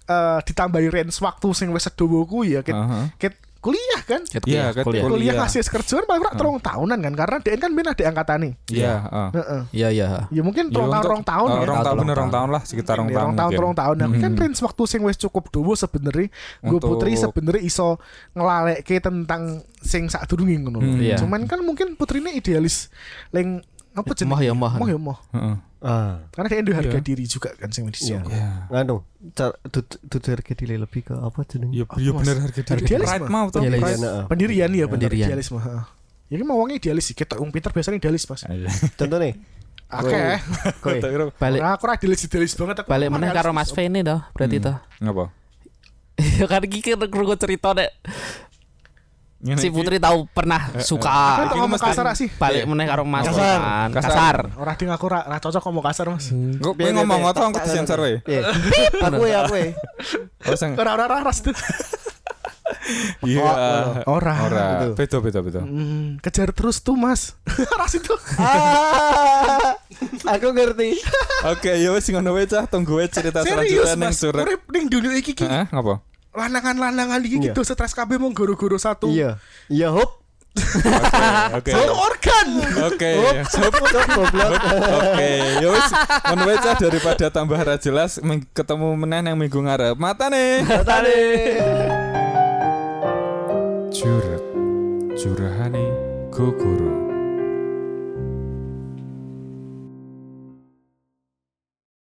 S4: eh ditambahi range waktu sing wis sedowo ku ya ket,
S1: Aha.
S4: ket kuliah kan.
S1: Iya, ket-
S3: kuliah.
S1: kuliah.
S4: Kuliah ngasih kerjaan paling ora telung tahunan kan karena DN kan ben ada angkatan nih.
S1: Iya, heeh.
S4: Heeh.
S3: Iya, iya.
S4: Ya mungkin
S1: Ya,
S4: rong tahun
S1: untuk-
S4: rong tahun
S1: eh,
S4: ya.
S1: Rong tahun
S3: Tahun,
S1: bener
S3: tahun.
S1: rong tahun lah sekitar rong
S4: Nih,
S1: tahun.
S4: rong tahun
S1: mungkin. Hmm.
S4: rong tahun nah, kan range waktu sing wis cukup dulu sebenarnya gue
S1: Untuk-
S4: putri sebenarnya iso ngelalekke tentang sing sak durunge ngono
S1: Hmm.
S3: Iya.
S4: cuman kan mungkin putrine idealis leng apa jeneng
S3: Moh ya, moh.
S4: moh ya moh
S1: Heeh.
S2: Ah,
S4: karena dia ada harga diri juga kan sing di
S2: iya.
S1: Iya.
S2: Nganu, car dud- dud harga diri lebih ke apa jenenge?
S1: Ya, ya
S4: Mas?
S1: bener harga diri.
S4: Idealis,
S1: Pride
S4: Mas.
S1: mau tuh.
S3: Idealis.
S1: pride.
S2: Nah,
S4: pendirian ya bener
S3: Pendirian.
S4: idealis mah heeh. ya kan mau wongnya idealis sih kita wong pinter biasanya idealis mas
S1: Iya.
S2: Contohnya,
S4: oke
S2: kowe
S3: Balik
S4: nah, aku ora idealis idealis banget aku
S3: balik
S4: Aku
S3: meneh
S4: realis.
S3: karo Mas Feni toh, berarti toh.
S1: Ngapa?
S3: Ya kan iki kan krungu cerita nek
S1: Ngene
S3: si
S1: iki.
S3: Putri tahu pernah
S4: Aku
S3: suka.
S4: tak eh. ngomong kasar sih
S3: Balik meneh karo Mas
S1: Kasar.
S3: Feni kan.
S1: Kasar.
S3: Kasar.
S4: ora ding aku ora ora cocok ngomong kasar mas
S3: Hmm.
S1: Kok kowe ngomong ngono engko disensor we.
S2: Iya. Aku ya, aku ya.
S1: Oh sing
S4: ora ora ora ras tuh
S1: iya.
S4: ora
S1: Ora. Beda beda beda.
S4: Hmm, kejar terus tuh mas Ras itu
S2: Ah, Aku ngerti.
S1: Oke, ya wis ngono wae cah, tunggu wae cerita
S4: Serius
S1: selanjutnya ning
S4: mas
S1: surat.
S4: Urip ning dunia iki ki
S1: Heeh, ngapa?
S4: Lanangan-lanangan iki
S2: Iya.
S4: gitu Stres KB mau goro-goro satu
S2: Iya. Iya, hop.
S1: Oke.
S4: Satu organ
S3: Iya.
S1: Oke.
S2: Hop, hop, hop, goblok.
S1: Oke, ya wis ngono wae cah daripada tambah ra jelas ming- ketemu meneh nang minggu ngarep. Matane. Jurat. Jurahane Gogoro.